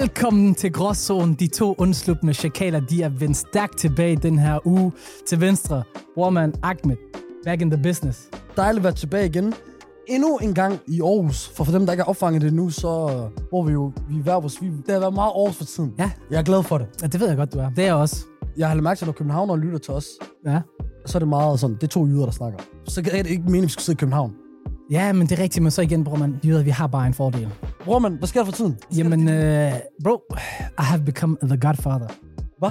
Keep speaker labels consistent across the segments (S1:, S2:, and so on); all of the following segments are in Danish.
S1: Velkommen til Gråzonen. De to undslupne chakaler, de er vendt stærkt tilbage den her uge. Til venstre, Warman Ahmed. Back in the business.
S2: dejligt at være tilbage igen. Endnu en gang i Aarhus. For for dem, der ikke har opfanget det nu, så øh, hvor vi jo vi er hver vores. Vi, det har været meget Aarhus for tiden.
S1: Ja.
S2: Jeg er glad for det.
S1: Ja, det ved jeg godt, du er. Det er jeg også.
S2: Jeg har lagt mærke til, at når københavnere lytter til os,
S1: Ja.
S2: så er det meget sådan, det er to jyder, der snakker. Så er det ikke meningen, at vi skal sidde i København.
S1: Ja, men det er rigtigt, men så igen, bror, man. Jyder, vi har bare en fordel.
S2: Bror, man, hvad sker der for tiden?
S1: Jamen, øh, bro, I have become the godfather.
S2: Hvad?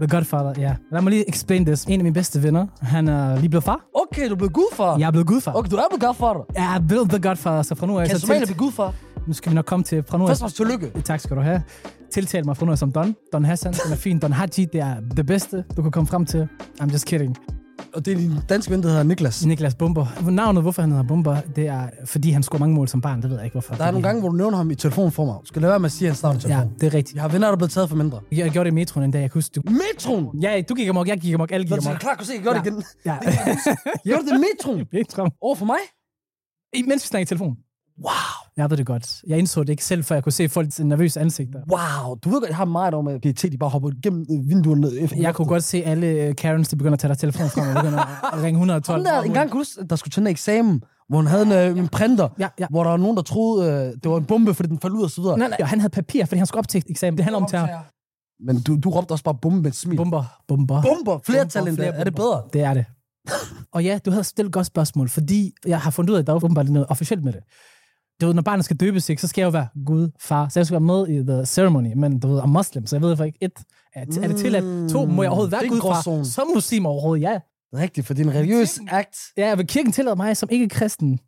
S1: The godfather, ja. Yeah. Lad mig lige explain this. En af mine bedste venner, han er lige blevet far.
S2: Okay, du er blevet gudfar.
S1: Jeg er blevet gudfar.
S2: Ah. Okay, du er blevet godfar.
S1: Jeg er blevet the godfather, så fra nu af...
S2: Kan
S1: så
S2: Somalia
S1: tilt-
S2: blive gudfar?
S1: Nu skal vi nok komme til... Fra nu af...
S2: Først og fremmest tillykke.
S1: Tak skal du have. Tiltal mig for noget som Don. Don Hassan, den er fin. Don Haji, det er det bedste, du kan komme frem til. I'm just kidding.
S2: Og det er din danske ven, der hedder Niklas.
S1: Niklas Bumper. Navnet, hvorfor han hedder Bumper, det er, fordi han scorede mange mål som barn. Det ved jeg ikke, hvorfor.
S2: Der er nogle gange, hvor du nævner ham i telefonen for mig. Du skal lade være med at sige hans navn i
S1: Ja,
S2: telefonen.
S1: det er rigtigt.
S2: Jeg har venner, der er blevet taget for mindre.
S1: Jeg gjorde det i metroen en dag, jeg kan huske. Du...
S2: Metroen!
S1: Ja, du gik amok, jeg gik amok, alle
S2: Nå,
S1: gik
S2: du skal
S1: amok.
S2: klart kunne se, jeg gør det igen.
S1: Ja.
S2: Gjorde det metroen?
S1: Metroen.
S2: Over for mig?
S1: I- Mens vi snakkede i telefon.
S2: Wow,
S1: Jeg ved det godt. Jeg indså det ikke selv, før jeg kunne se folks nervøse ansigter.
S2: wow. Du ved godt, jeg har meget om, at PET de bare hopper gennem øh, vinduerne. ned efter
S1: Jeg kunne godt se alle øh, Karens, der begynder at tage deres telefon frem og begynder at ringe 112.
S2: Ham der, en gang kunne huske, der skulle til en eksamen, hvor hun havde en, øh, en printer,
S1: Ja, ja.
S2: hvor der var nogen, der troede, øh, det var en bombe, fordi den faldt ud og så videre.
S1: Nej, nej, han havde papir, fordi han skulle op til eksamen. Det handler om terror.
S2: Men du, du råbte også bare bombe med et smil.
S1: Bomber, bomber.
S2: Bomber, flertal
S1: Bomber,
S2: endda.
S1: flere
S2: Er det bedre?
S1: bomber. Det er det. og ja, du havde stillet et godt spørgsmål, fordi jeg har fundet ud af, at der er åbenbart noget officielt med det. Du ved, når barnet skal døbes, ikke, så skal jeg jo være Gud, far. Så jeg skal være med i the ceremony, men du ved, er muslim, så jeg ved faktisk, et, er, er det tilladt? To, må jeg overhovedet være
S2: Mm, det er
S1: Gud,
S2: en
S1: far?
S2: gråzone.
S1: Som muslim overhovedet, ja.
S2: Rigtigt, for det er en religiøs akt.
S1: Ja, vil kirken tillade mig som ikke kristen?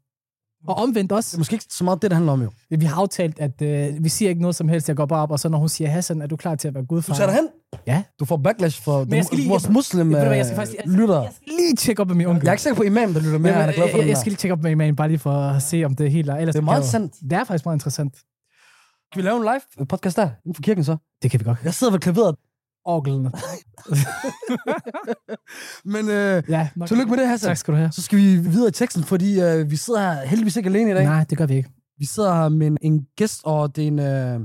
S1: Og omvendt
S2: Det
S1: også.
S2: er måske ikke så meget det, det handler om, jo.
S1: Vi har aftalt, at øh, vi siger ikke noget som helst. Jeg går bare op, og så når hun siger, Hassan, er du klar til at være Gud,
S2: Du
S1: far?
S2: tager dig hen.
S1: Ja.
S2: Du får backlash for
S1: Men jeg skal
S2: den-
S1: lige-
S2: vores muslim
S1: Ved du hvad,
S2: øh,
S1: jeg skal faktisk-
S2: lytter.
S1: Jeg skal lige tjekke op med min onkel.
S2: Jeg er ikke sikker på, at imam, der lytter med, han er glad for
S1: jeg, jeg,
S2: den
S1: jeg
S2: der.
S1: skal lige tjekke op med imamen, bare lige for at se, om det er helt... Ellers
S2: Det er meget
S1: kan jeg jo-
S2: sandt.
S1: Det er faktisk meget interessant.
S2: Kan vi lave en live podcast der, inden for kirken så?
S1: Det kan vi godt.
S2: Jeg sidder ved klaveret.
S1: Orglene.
S2: Men øh,
S1: Ja, nok.
S2: tillykke med det, Hassan.
S1: Tak skal du have.
S2: Så skal vi videre i teksten, fordi øh, vi sidder her heldigvis ikke alene i dag. Nej.
S1: Nej, det gør vi ikke.
S2: Vi sidder her med en, en gæst, og det er en, øh,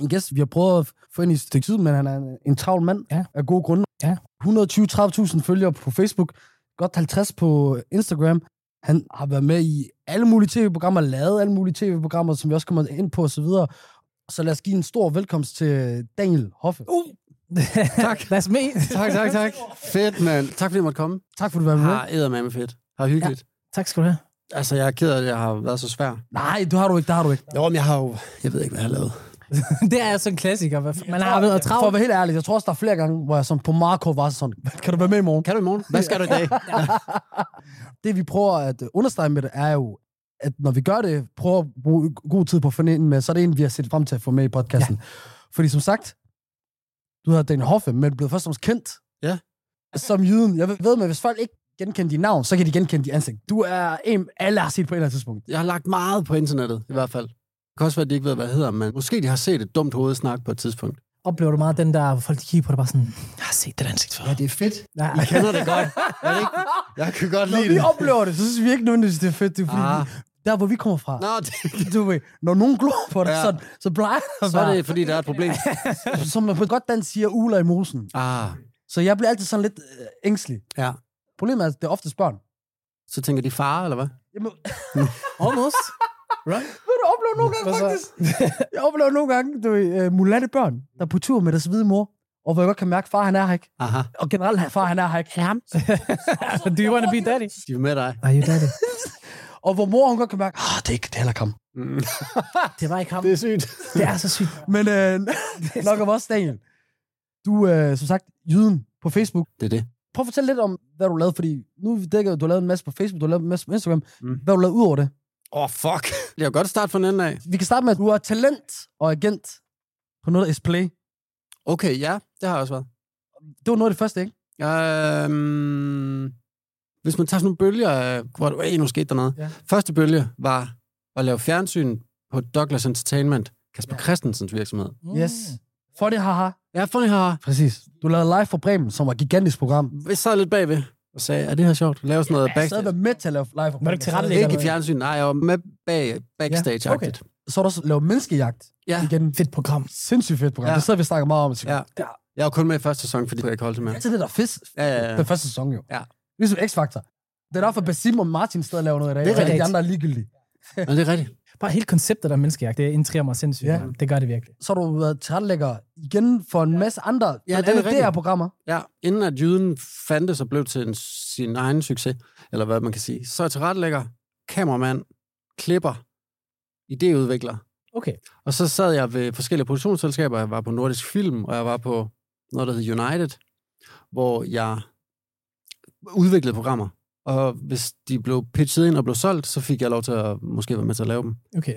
S2: en gæst, vi har prøvet at få ind i et stykke tid, men han er en, en travl mand
S1: Ja.
S2: af gode grunde.
S1: Ja.
S2: 120-30.000 følgere på Facebook, godt 50 på Instagram. Han har været med i alle mulige tv-programmer, lavet alle mulige tv-programmer, som vi også kommer ind på osv. Så lad os give en stor velkomst til Daniel Hoffe. Uh,
S1: tak. That's me.
S3: Tak, tak, tak. Fedt, mand. Tak fordi jeg måtte komme.
S2: tak for at du var med.
S3: Har eddermame fedt. Har hyggeligt.
S1: tak skal du have.
S3: Ja. Altså, jeg er ked af, at jeg har været så svær.
S2: Nej, du har du ikke, der har du ikke.
S3: Jo, men jeg har jo... Jeg ved ikke, hvad jeg har lavet.
S1: det er sådan en klassiker. hvad f- Man har været
S2: For at
S1: travlt.
S2: være helt ærlig, jeg tror også, der er flere gange, hvor jeg sådan på Marco var sådan, kan du være med i morgen?
S3: Kan du i morgen? Hvad skal du i dag?
S2: Det vi prøver at øh, understrege med det, er jo, at når vi gør det, prøver at bruge god tid på at finde en med, så er det en, vi har set frem til at få med i podcasten. Ja. Fordi som sagt, du hedder Daniel Hoffe, men du blev først og fremmest kendt
S3: Ja.
S2: som jyden. Jeg ved- ved med, hvis folk ikke genkender dit navn, så kan de genkende dit ansigt. Du er en, alle har set på et eller andet tidspunkt.
S3: Jeg har lagt meget på internettet, i hvert fald. Det kan også være, at de ikke ved, hvad jeg hedder, men måske de har set et dumt hovedsnak på et tidspunkt.
S1: Oplever du meget den der, hvor folk de kigger på dig bare sådan, jeg har set det ansigt før.
S3: det er fedt.
S1: Ja.
S3: Jeg kender det godt. Er det ikke? Jeg kan godt
S2: Når
S3: lide
S2: vi
S3: det.
S2: oplever det, så synes vi ikke nødvendigvis, det er fedt. Det er fordi,
S3: Ah.
S2: ah. der hvor vi kommer fra,
S3: Nå, det,
S2: du ved, når nogen glor på dig,
S3: Ja.
S2: ja. så, så plejer det at
S3: så er
S2: være-
S3: det, fordi der er et problem.
S2: som man på et godt dansk siger, uler i mosen.
S3: Ah,
S2: Så jeg bliver altid sådan lidt øh, ængstelig.
S3: ja.
S2: Problemet er, at det er oftest børn.
S3: Så tænker de far, eller hvad?
S2: Jamen,
S1: Almost. Right?
S2: ved du, jeg oplever nogle gange
S1: Hvad så?
S2: faktisk. Jeg oplever nogle gange, du ved, uh, mulatte børn, der er på tur med deres hvide mor, og hvor jeg godt kan mærke, far han er her ikke.
S3: Aha,
S2: Og generelt, far han er her ikke. Ham.
S1: Do you want to be daddy?
S3: de er med dig.
S1: Are you daddy?
S2: Og hvor mor hun godt kan mærke, ah, det er ikke, det er heller ikke ham.
S3: Mm.
S1: Det var ikke ham.
S3: er sygt.
S1: Det er så sygt.
S2: Men øh, nok om os, Daniel. Du er, øh, som sagt, jyden på Facebook.
S3: Det er det.
S2: Prøv at fortælle lidt om, hvad du lavede, fordi nu har vi dækket, at du har lavet en masse på Facebook, du har lavet en masse på Instagram.
S3: Mm.
S2: Mm. Hvad har du lavet ud over det?
S3: Åh, oh, fuck. Det er jo godt at starte fra den ende af.
S2: Vi kan starte med, at du er talent og agent på noget, der hedder Play.
S3: Okay, ja. Det har jeg også været.
S2: Det var noget af det første, ikke?
S3: Øhm, hvis man tager sådan nogle bølger, øh, hvor du, hey, nu skete der noget.
S2: Ja.
S3: Ja. Første bølge var at lave fjernsyn på Douglas Entertainment, Kasper ja. Christensens virksomhed.
S1: Mm.
S2: Yes. For det, haha.
S3: Ja, funny har.
S2: Præcis. Du lavede live for Bremen, som var et gigantisk program.
S3: Jeg sad lidt bagved og sagde, er det her sjovt? Lave sådan noget
S2: Jeg havde
S3: backstage.
S2: været med til at lave
S1: Var
S2: live for
S1: du ikke
S2: Bremen.
S1: tilrettelægger?
S3: Ikke i fjernsyn, nej, jeg var med bag, backstage
S2: Ja, okay.
S3: -agtigt.
S2: så er der også lavet menneskejagt
S3: Ja.
S2: igen.
S1: Fedt program.
S2: Sindssygt fedt program.
S3: Ja.
S2: Ja. Det sidder vi og snakker meget om. Ja.
S3: Ja. Jeg var kun med i første sæson, fordi jeg ikke holdt det
S2: Det
S3: med.
S2: er altid det, der er fisk.
S3: Ja, ja, ja.
S2: Den første sæson jo.
S3: Ja.
S2: Ligesom X-Factor. Det er derfor, Basim og Martin stadig laver noget i dag.
S1: Det er
S2: og alle
S1: rigtigt.
S2: de andre er ligegyldige.
S3: Nå, det er rigtigt.
S1: Bare hele konceptet af menneskejagt, det intrigerer mig sindssygt.
S2: Ja.
S1: Ja. Det gør det virkelig.
S2: Så har du været tilrettelægger igen for en masse andre, ja,
S3: det er
S2: blandt andet
S3: rigtigt.
S2: DR-programmer.
S3: Ja, inden at jyden fandtes og blev til en, sin egen succes, eller hvad man kan sige, så er jeg tilrettelægger, kameramand, klipper, idéudvikler.
S1: Okay.
S3: Og så sad jeg ved forskellige produktionsselskaber. Jeg var på Nordisk Film, og jeg var på noget, der hed United, hvor jeg udviklede programmer. Og hvis de blev pitchet ind og blev solgt, så fik jeg lov til at måske være med til at lave dem.
S1: Okay.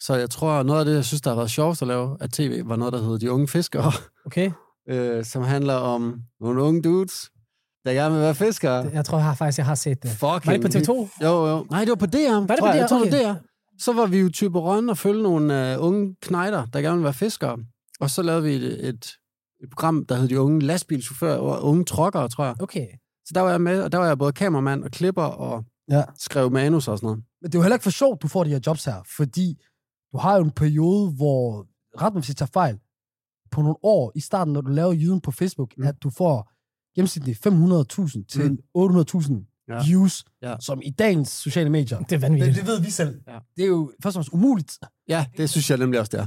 S3: Så jeg tror, noget af det, jeg synes, der har været sjovest at lave af tv, var noget, der hed De Unge Fiskere,
S1: Okay.
S3: øh, som handler om nogle unge dudes, der gerne vil være fiskere.
S1: Jeg tror jeg har, faktisk, jeg har set det.
S3: Fucking
S1: Var det på TV2?
S3: Jo, jo. Nej, det var på DR. Var
S1: det på
S3: Jeg, jeg
S1: DR?
S3: tror, det
S1: Okay.
S3: var DR. Så var vi jo type Rønne og følge nogle øh, unge knejder, der gerne ville være fiskere. Og så lavede vi et, et, et program, der hed De Unge Lastbilchauffører, og Unge Trokkere, tror jeg.
S1: Okay.
S3: Så der var jeg med, og der var jeg både kameramand og klipper og
S2: Ja.
S3: skrev manus og sådan noget.
S2: Men det er jo heller ikke for sjovt, du får de her jobs her, fordi du har jo en periode, hvor ret mig, hvis jeg tager fejl, på nogle år i starten, når du laver jyden på Facebook,
S3: Mm.
S2: mm. at du får gennemsnitligt 500.000 til 800.000
S3: Ja.
S2: views,
S3: Ja.
S2: som i dagens sociale medier.
S1: Det er vanvittigt.
S2: ved vi selv.
S3: Ja.
S2: Det er jo først og fremmest umuligt.
S3: Ja, det synes jeg nemlig også, det er.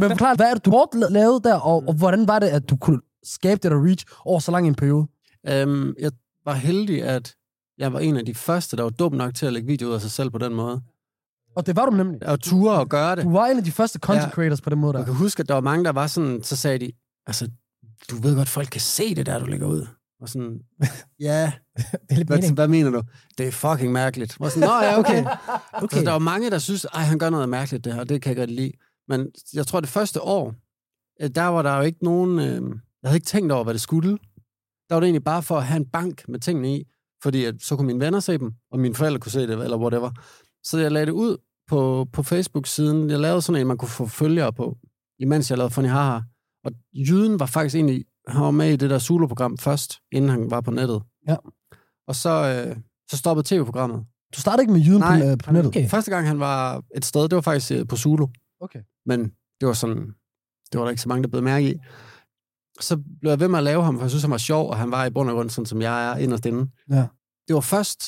S2: Men forklar, hvad er det, du hårdt lavede der, og, og hvordan var det, at du kunne skabe det der reach over så lang en periode?
S3: Øhm, jeg var heldig, at jeg var en af de første, der var dum nok til at lægge video ud af sig selv på den måde.
S2: Og det var du nemlig.
S3: Og ture at gøre det.
S2: Du var en af de første content
S3: Ja.
S2: creators på den måde der.
S3: Jeg kan huske, at der var mange, der var sådan, så sagde de, altså, du ved godt, folk kan se det der, du lægger ud. Og sådan, ja,
S1: Det er lidt
S3: hvad,
S1: mening.
S3: hvad mener du? Det er fucking mærkeligt. Og sådan, nå ja, okay. okay. Så
S1: Okay.
S3: der var mange, der synes, ej, han gør noget mærkeligt det her, det kan jeg godt lide. Men jeg tror, det første år, øh, der var der jo ikke nogen, øh, jeg havde ikke tænkt over, hvad det skulle. Der var det egentlig bare for at have en bank med tingene i, fordi at, så kunne mine venner se dem, og mine forældre kunne se det, eller whatever. Så jeg lagde det ud på, på Facebook-siden. Jeg lavede sådan en, man kunne få følgere på, imens jeg lavede Funny Haha. Og Jyden var faktisk egentlig, han var med i det der soloprogram først, inden han var på nettet.
S2: Ja.
S3: Og så, øh, så stoppede tv-programmet.
S2: Du startede ikke med jyden på,
S3: Nej.
S2: øh, på nettet.
S1: Okay.
S3: Første gang, han var et sted, det var faktisk øh, på Zulu.
S2: Okay.
S3: Men det var sådan, det var der ikke så mange, der blev mærke i. Så blev jeg ved med at lave ham, for jeg synes, han var sjov, og han var i bund og grund sådan, som jeg er inderst inde.
S2: Ja.
S3: Det var først,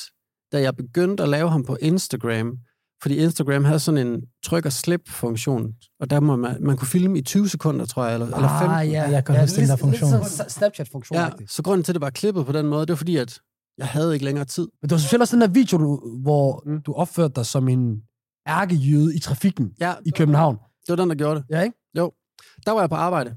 S3: da jeg begyndte at lave ham på Instagram, fordi Instagram havde sådan en tryk- og slip-funktion, og der må man, man kunne filme i 20 sekunder, tror jeg, eller, eller
S2: Ah,
S3: 15.
S1: ja, jeg kan huske den der funktion.
S2: Lidt sådan en Snapchat-funktion.
S3: Ja,
S2: Ja.
S3: så grunden til, at det var klippet på den måde, det var fordi, at jeg havde ikke længere tid.
S2: Men det var specielt også den der video, du, hvor
S3: Mm.
S2: mm. du opførte dig som en ærkejyde i trafikken
S3: Ja,
S2: i København.
S3: det var den, der gjorde det.
S2: Ja, ikke?
S3: Der var jeg på arbejde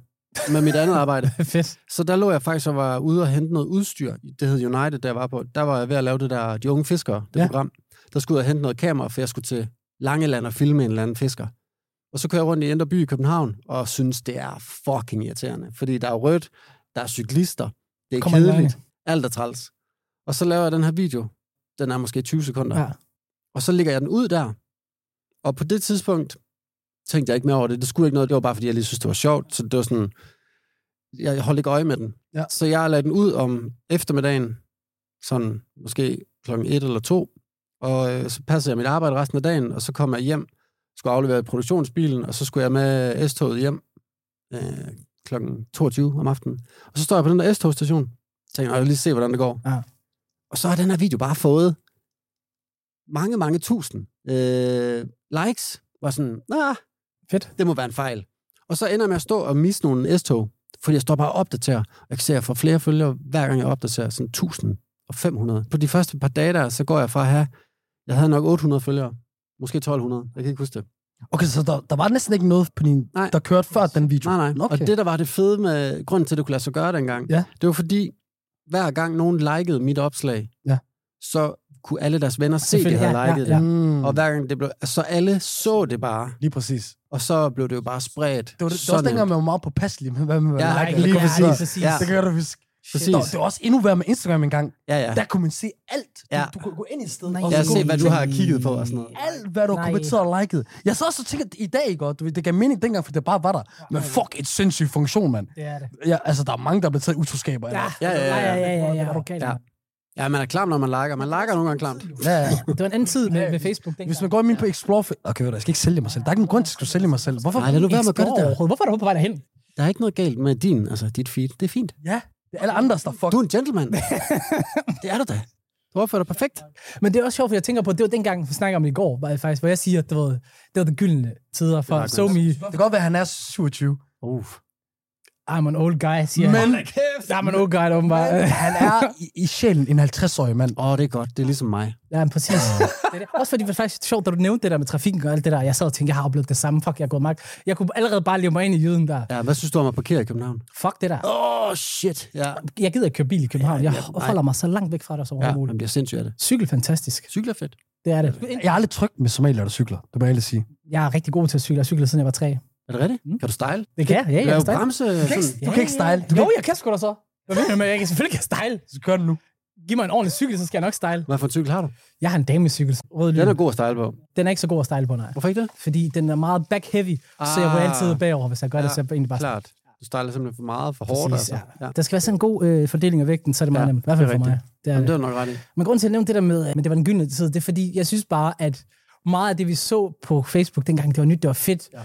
S3: med mit andet arbejde.
S1: Fedt.
S3: Så der lå jeg faktisk og var ude og hente noget udstyr. Det hed United, der jeg var på. Der var jeg ved at lave det der De Unge Fiskere, det ja.
S2: Ja.
S3: program. Der skulle jeg hente noget kamera, for jeg skulle til Langeland og filme en eller anden fisker. Og så kører jeg rundt i Indre By i København, og synes, det er fucking irriterende. Fordi der er rødt, der er cyklister, det er
S1: Kommer
S3: Kommer
S1: en
S3: kedeligt, alt er træls. Og så laver jeg den her video. Den er måske 20 sekunder.
S1: Ja.
S3: Og så lægger jeg den ud der. Og på det tidspunkt tænkte jeg ikke mere over det. Det skulle ikke noget. Det var bare, fordi jeg lige synes, det var sjovt. Så det var sådan... Jeg holdt ikke øje med den.
S2: Ja.
S3: Så jeg lagde den ud om eftermiddagen, sådan måske klokken et eller to. Og øh, så passede jeg mit arbejde resten af dagen, og så kom jeg hjem, skulle aflevere i produktionsbilen, og så skulle jeg med S-toget hjem øh, klokken 22 om aftenen. Og så står jeg på den der S-togstation, tænker, "Nå, jeg vil lige se, hvordan det går.
S1: Ja.
S3: Og så har den her video bare fået mange, mange tusind øh, likes. Var sådan, nah,
S1: Fedt.
S3: det må være en fejl. Og så ender jeg med at stå og misse nogle S-tog, fordi jeg står bare og opdaterer. Og jeg kan se, at jeg får flere følgere, hver gang jeg opdaterer, sådan 1000 og 500. På de første par dage der, så går jeg fra at have, jeg havde nok 800 følgere, måske 1200, jeg kan ikke huske det.
S2: Okay, så der, der var næsten ikke noget på din,
S3: Nej.
S2: der kørte før den video.
S3: Nej, nej.
S2: Nå,
S3: Okay. Og det, der var det fede med grunden til, at det kunne lade sig gøre dengang,
S2: Ja.
S3: det var fordi, hver gang nogen likede mit opslag,
S2: Ja.
S3: så kunne alle deres venner se, at de
S1: Selvfølgelig,
S3: havde
S1: ja,
S3: liket
S1: ja, ja.
S3: det.
S2: Mm.
S3: Og hver gang det blev, så alle så det bare,
S2: Lige præcis.
S3: og så blev det jo bare spredt.
S2: Det var, det, det var
S3: så
S2: også dengang,
S3: nemt.
S2: man var meget påpasselig med, hvad man
S3: Ja,
S2: likede.
S3: ikke?
S2: Lige
S1: lige
S2: præcis.
S1: præcis.
S3: Ja.
S2: Det kan jeg da huske.
S3: Præcis.
S2: Det var også endnu værre med Instagram engang.
S3: Ja, ja.
S2: Der kunne man se alt. Du,
S3: Ja.
S2: du kunne gå ind i et sted.
S1: Nej.
S2: og
S3: Jeg
S2: så
S3: har
S2: kunne
S3: set,
S2: du
S3: hvad du
S2: se-
S3: har kigget på og sådan noget.
S2: alt, hvad du har
S1: Nej.
S2: kommenteret og liket. Jeg så også og tænkte, at i dag, ikke? Og du ved, det gav mening dengang, for det bare var der. Men fuck, et sindssygt funktion, mand.
S1: Det er det.
S2: Ja, altså, der er mange, der er blevet taget i utroskaber. Ja.
S3: ja, ja, ja.
S1: ja, ja, ja, ja. Er du gal,
S3: Ja.
S1: mand?
S3: Ja, man er klam, når man lakker. Man lakker nogle gange klamt.
S2: Ja, ja.
S1: Det var en anden tid med, med Facebook dengang.
S2: Hvis man går ind på Explore... for- Okay, ved du, jeg skal ikke sælge mig selv. Der er ikke nogen grund til, at jeg skulle sælge mig selv. Hvorfor?
S3: Nej, lad nu være med at gøre det der.
S1: Explore. Hvorfor er du på vej derhen?
S3: Der er ikke noget galt med din, altså dit feed. Det er fint.
S2: Ja, det er alle andres, der fuck.
S3: Du er en gentleman. det er du da. Du opfører dig perfekt.
S1: Men det er også sjovt, for jeg tænker på, det var dengang, vi snakker om det i går, var- faktisk, hvor jeg siger, at det var, det var de gyldne tider
S3: Det
S1: for
S3: var
S1: so me.
S2: Det kan godt være, at han er 27.
S3: Uh.
S1: I'm an old guy, siger
S2: Men, øh,
S1: han. I'm an old guy, åbenbart.
S2: han er i, i sjælen en 50-årig mand.
S3: Åh, oh, det er godt. Det er ligesom mig.
S1: Ja, men præcis. det er det. Også fordi det var faktisk sjovt, da du nævnte det der med trafikken og alt det der. Jeg sad og tænkte, jeg har oplevet det samme. Fuck, jeg er gået magt. Jeg kunne allerede bare leve mig ind i jyden der.
S3: Ja, hvad synes du om at parkere i København?
S1: Fuck det der.
S3: Åh, oh, shit. Ja.
S1: Jeg gider ikke køre bil i København. Jeg holder mig så langt væk fra det som
S3: Ja,
S1: overhovedet
S3: man
S1: muligt.
S3: bliver sindssyg af det.
S1: Cykel fantastisk.
S3: Cykler er fedt.
S1: Det er det.
S2: Jeg er aldrig tryg med somalier, der cykler. Det må jeg ærligt sige.
S1: Jeg er rigtig god til at cykle. Jeg cyklede siden jeg var tre.
S3: Er det rigtigt? Mm. Kan du style?
S1: Det kan jeg. Ja,
S3: Ja,
S1: jeg
S3: Lave
S1: er stejl.
S3: bremse? Sådan.
S2: Du kan ikke style. Du
S1: jo,
S2: kan
S1: jeg kan sgu da så. Hvad mener du med, jeg kan selvfølgelig kan style?
S2: Så gør det nu.
S1: Giv mig en ordentlig cykel, så skal jeg nok style.
S3: Hvad for en cykel har du?
S1: Jeg har en damecykel. Rød lyn.
S3: Den er god at style på.
S1: den er ikke så god at style på, nej.
S3: Hvorfor ikke det?
S1: Fordi den er meget back heavy, så jeg
S3: Ah.
S1: ryger altid bagover, hvis jeg gør det,
S3: Ja,
S1: så jeg egentlig bare
S3: Klart. Du styler simpelthen for meget, for hårdt.
S1: Præcis,
S3: altså. ja.
S1: Der skal være sådan en god øh, fordeling af vægten, så er det meget
S3: Ja,
S1: ja, nemt. I hvert fald
S3: det er
S1: for mig. Det er
S3: Jamen, det
S1: det.
S3: er du nok ret i.
S1: Men grunden til, at jeg nævnte det der med, øh, men det var den gyldne tid, det er fordi, jeg synes bare, at meget af det, vi så på Facebook dengang, det var nyt, det var fedt. Ja.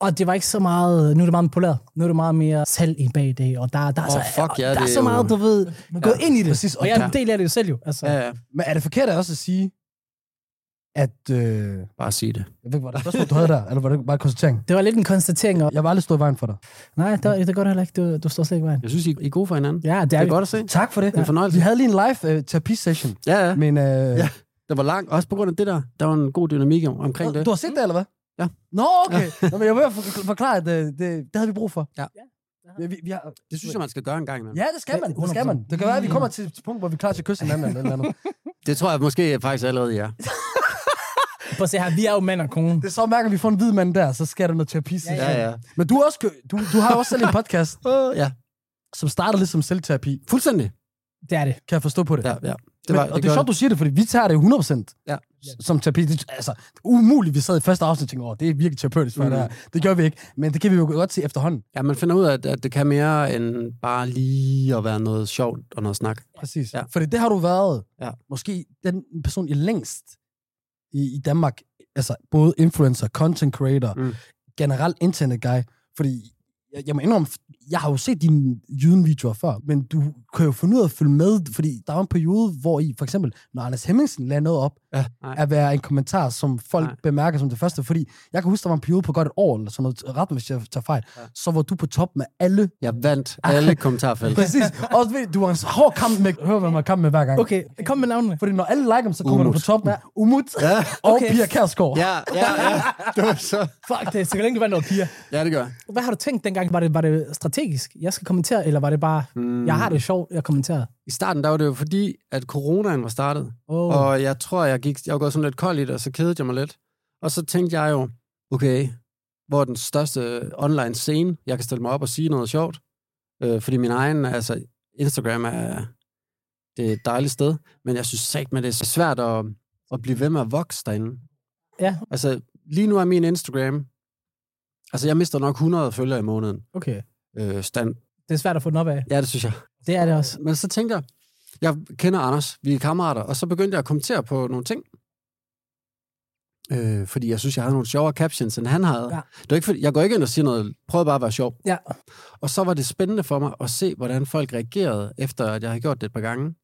S1: Og det var ikke så meget, nu er det meget polært, nu er det meget mere salg i bag det, og der, der, er, så,
S3: Åh, fuck
S1: og
S3: ja,
S1: der er
S3: det er
S1: så
S3: jo-
S1: meget, du ved, ja. gået ind i det.
S2: Præcis, og
S1: og jeg er en
S3: ja.
S1: del af det jo selv jo. Altså,
S3: Ja,
S1: ja.
S3: ja.
S2: Men er det forkert af også at sige, at... Øh,
S3: Bare sig det.
S2: jeg ved ikke, var det et spørgsmål, du havde der? Eller var det bare en konstatering?
S1: Det var lidt en konstatering, og
S2: Jeg var aldrig stået i vejen for dig.
S1: nej, det, var, det går da heller ikke, du, du står slet ikke i vejen.
S3: Jeg synes, I I er gode for hinanden.
S1: Ja, det
S3: Det
S1: er,
S3: er
S1: vi.
S3: godt at se.
S2: Tak for det.
S3: Det er en fornøjelse.
S2: Vi havde lige en live øh, terapi-session.
S3: Ja, ja.
S2: Men øh,
S3: Ja, Det var langt. Også på grund af det der. Der var en god dynamik om- omkring det.
S2: du har set det, eller hvad?
S3: Ja.
S2: Nå, okay. Nå, men jeg vil forklare, at øh, det, det havde vi brug for.
S3: Ja.
S2: Ja, Vi, vi har,
S3: Det synes jeg, man skal gøre en gang imellem.
S2: Ja, det skal man. Det skal man. Det kan være, at vi kommer til et punkt, hvor vi er klar til at kysse hinanden eller et eller andet.
S3: Det tror jeg måske faktisk allerede, ja.
S1: Prøv at se her, vi er jo mand og kone.
S2: Det er så mærker, at vi får en hvid mand der, så sker der noget terapi. Ja,
S3: Ja, ja.
S2: Men du, er også, kø- du, du har jo også selv en podcast,
S3: Uh, ja.
S2: som starter lidt som selvterapi.
S3: Fuldstændig.
S1: Det er det.
S2: Kan jeg forstå på det?
S3: Ja, ja.
S2: det var, Men, og det, er sjovt, du siger det, fordi vi tager det 100%
S3: Ja.
S2: som terapi. Det, altså, det er umuligt, vi sad i første afsnit og tænkte, åh, det er virkelig terapeutisk, for
S3: Mm.
S2: mm. det, her." det gør vi ikke. Men det kan vi jo godt se efterhånden.
S3: Ja, man finder ud af, at, at det kan mere end bare lige at være noget sjovt og noget snak.
S2: Præcis.
S3: Ja.
S2: Ja. Fordi det har du været,
S3: Ja.
S2: måske den person i længst i, i Danmark, altså både influencer, content creator,
S3: Mm.
S2: mm. generelt internet guy, fordi jeg, jeg må indrømme, jeg har jo set dine jyden-videoer før, men du kan jo finde ud af at følge med, fordi der var en periode, hvor I for eksempel, når Anders Hemmingsen lagde noget op,
S3: Ja, nej.
S2: at være en kommentar, som folk
S3: Nej.
S2: Nej. bemærker som det første, fordi jeg kan huske, der var en periode på godt et år, eller sådan noget, ret mig, hvis jeg tager fejl,
S3: Ja.
S2: ja. så var du på top med alle.
S3: Jeg vandt alle kommentarfelt.
S2: Præcis. Og ved, du var en hård kamp med, hør hvad man kamp med hver gang.
S1: Okay, kom med navnene.
S2: Fordi når alle liker dem, så kommer
S3: Umut.
S2: du på toppen. Ja. Umut
S3: Ja,
S2: og
S1: Okay.
S2: Pia Kærsgaard.
S3: ja, ja. ja. Det var så...
S1: Fuck det, så længe du var noget piger.
S3: Ja, det gør jeg.
S1: Hvad har du tænkt dengang? Var det, var det strategisk? Jeg skal kommentere, eller var det bare,
S3: Mm.
S1: mm. jeg har det sjovt, jeg kommenterer?
S3: I starten, der var det jo fordi, at coronaen var startet.
S1: Oh. Og,
S3: Og jeg tror, jeg, gik, jeg var gået sådan lidt kold i det, og så kedede jeg mig lidt. Og så tænkte jeg jo, okay, hvor er den største online scene? Jeg kan stille mig op og sige noget sjovt. Øh, fordi min egen, altså Instagram er det er et dejligt sted. Men jeg synes sagt, men det er så svært at, at blive ved med at vokse derinde.
S1: ja,
S3: Altså, lige nu er min Instagram... Altså, jeg mister nok 100 følgere i måneden.
S1: okay.
S3: Øh, stand.
S1: Det er svært at få den op af.
S3: Ja, det synes jeg.
S1: Det er det også.
S3: Men så tænkte jeg, jeg kender Anders, vi er kammerater, og så begyndte jeg at kommentere på nogle ting. Øh, fordi jeg synes, jeg havde nogle sjovere captions, end han havde.
S1: Ja.
S3: Det var ikke, fordi- jeg går ikke ind og siger noget, prøv bare at være sjov.
S1: Ja.
S3: Og så var det spændende for mig at se, hvordan folk reagerede, efter at jeg havde gjort det et par gange.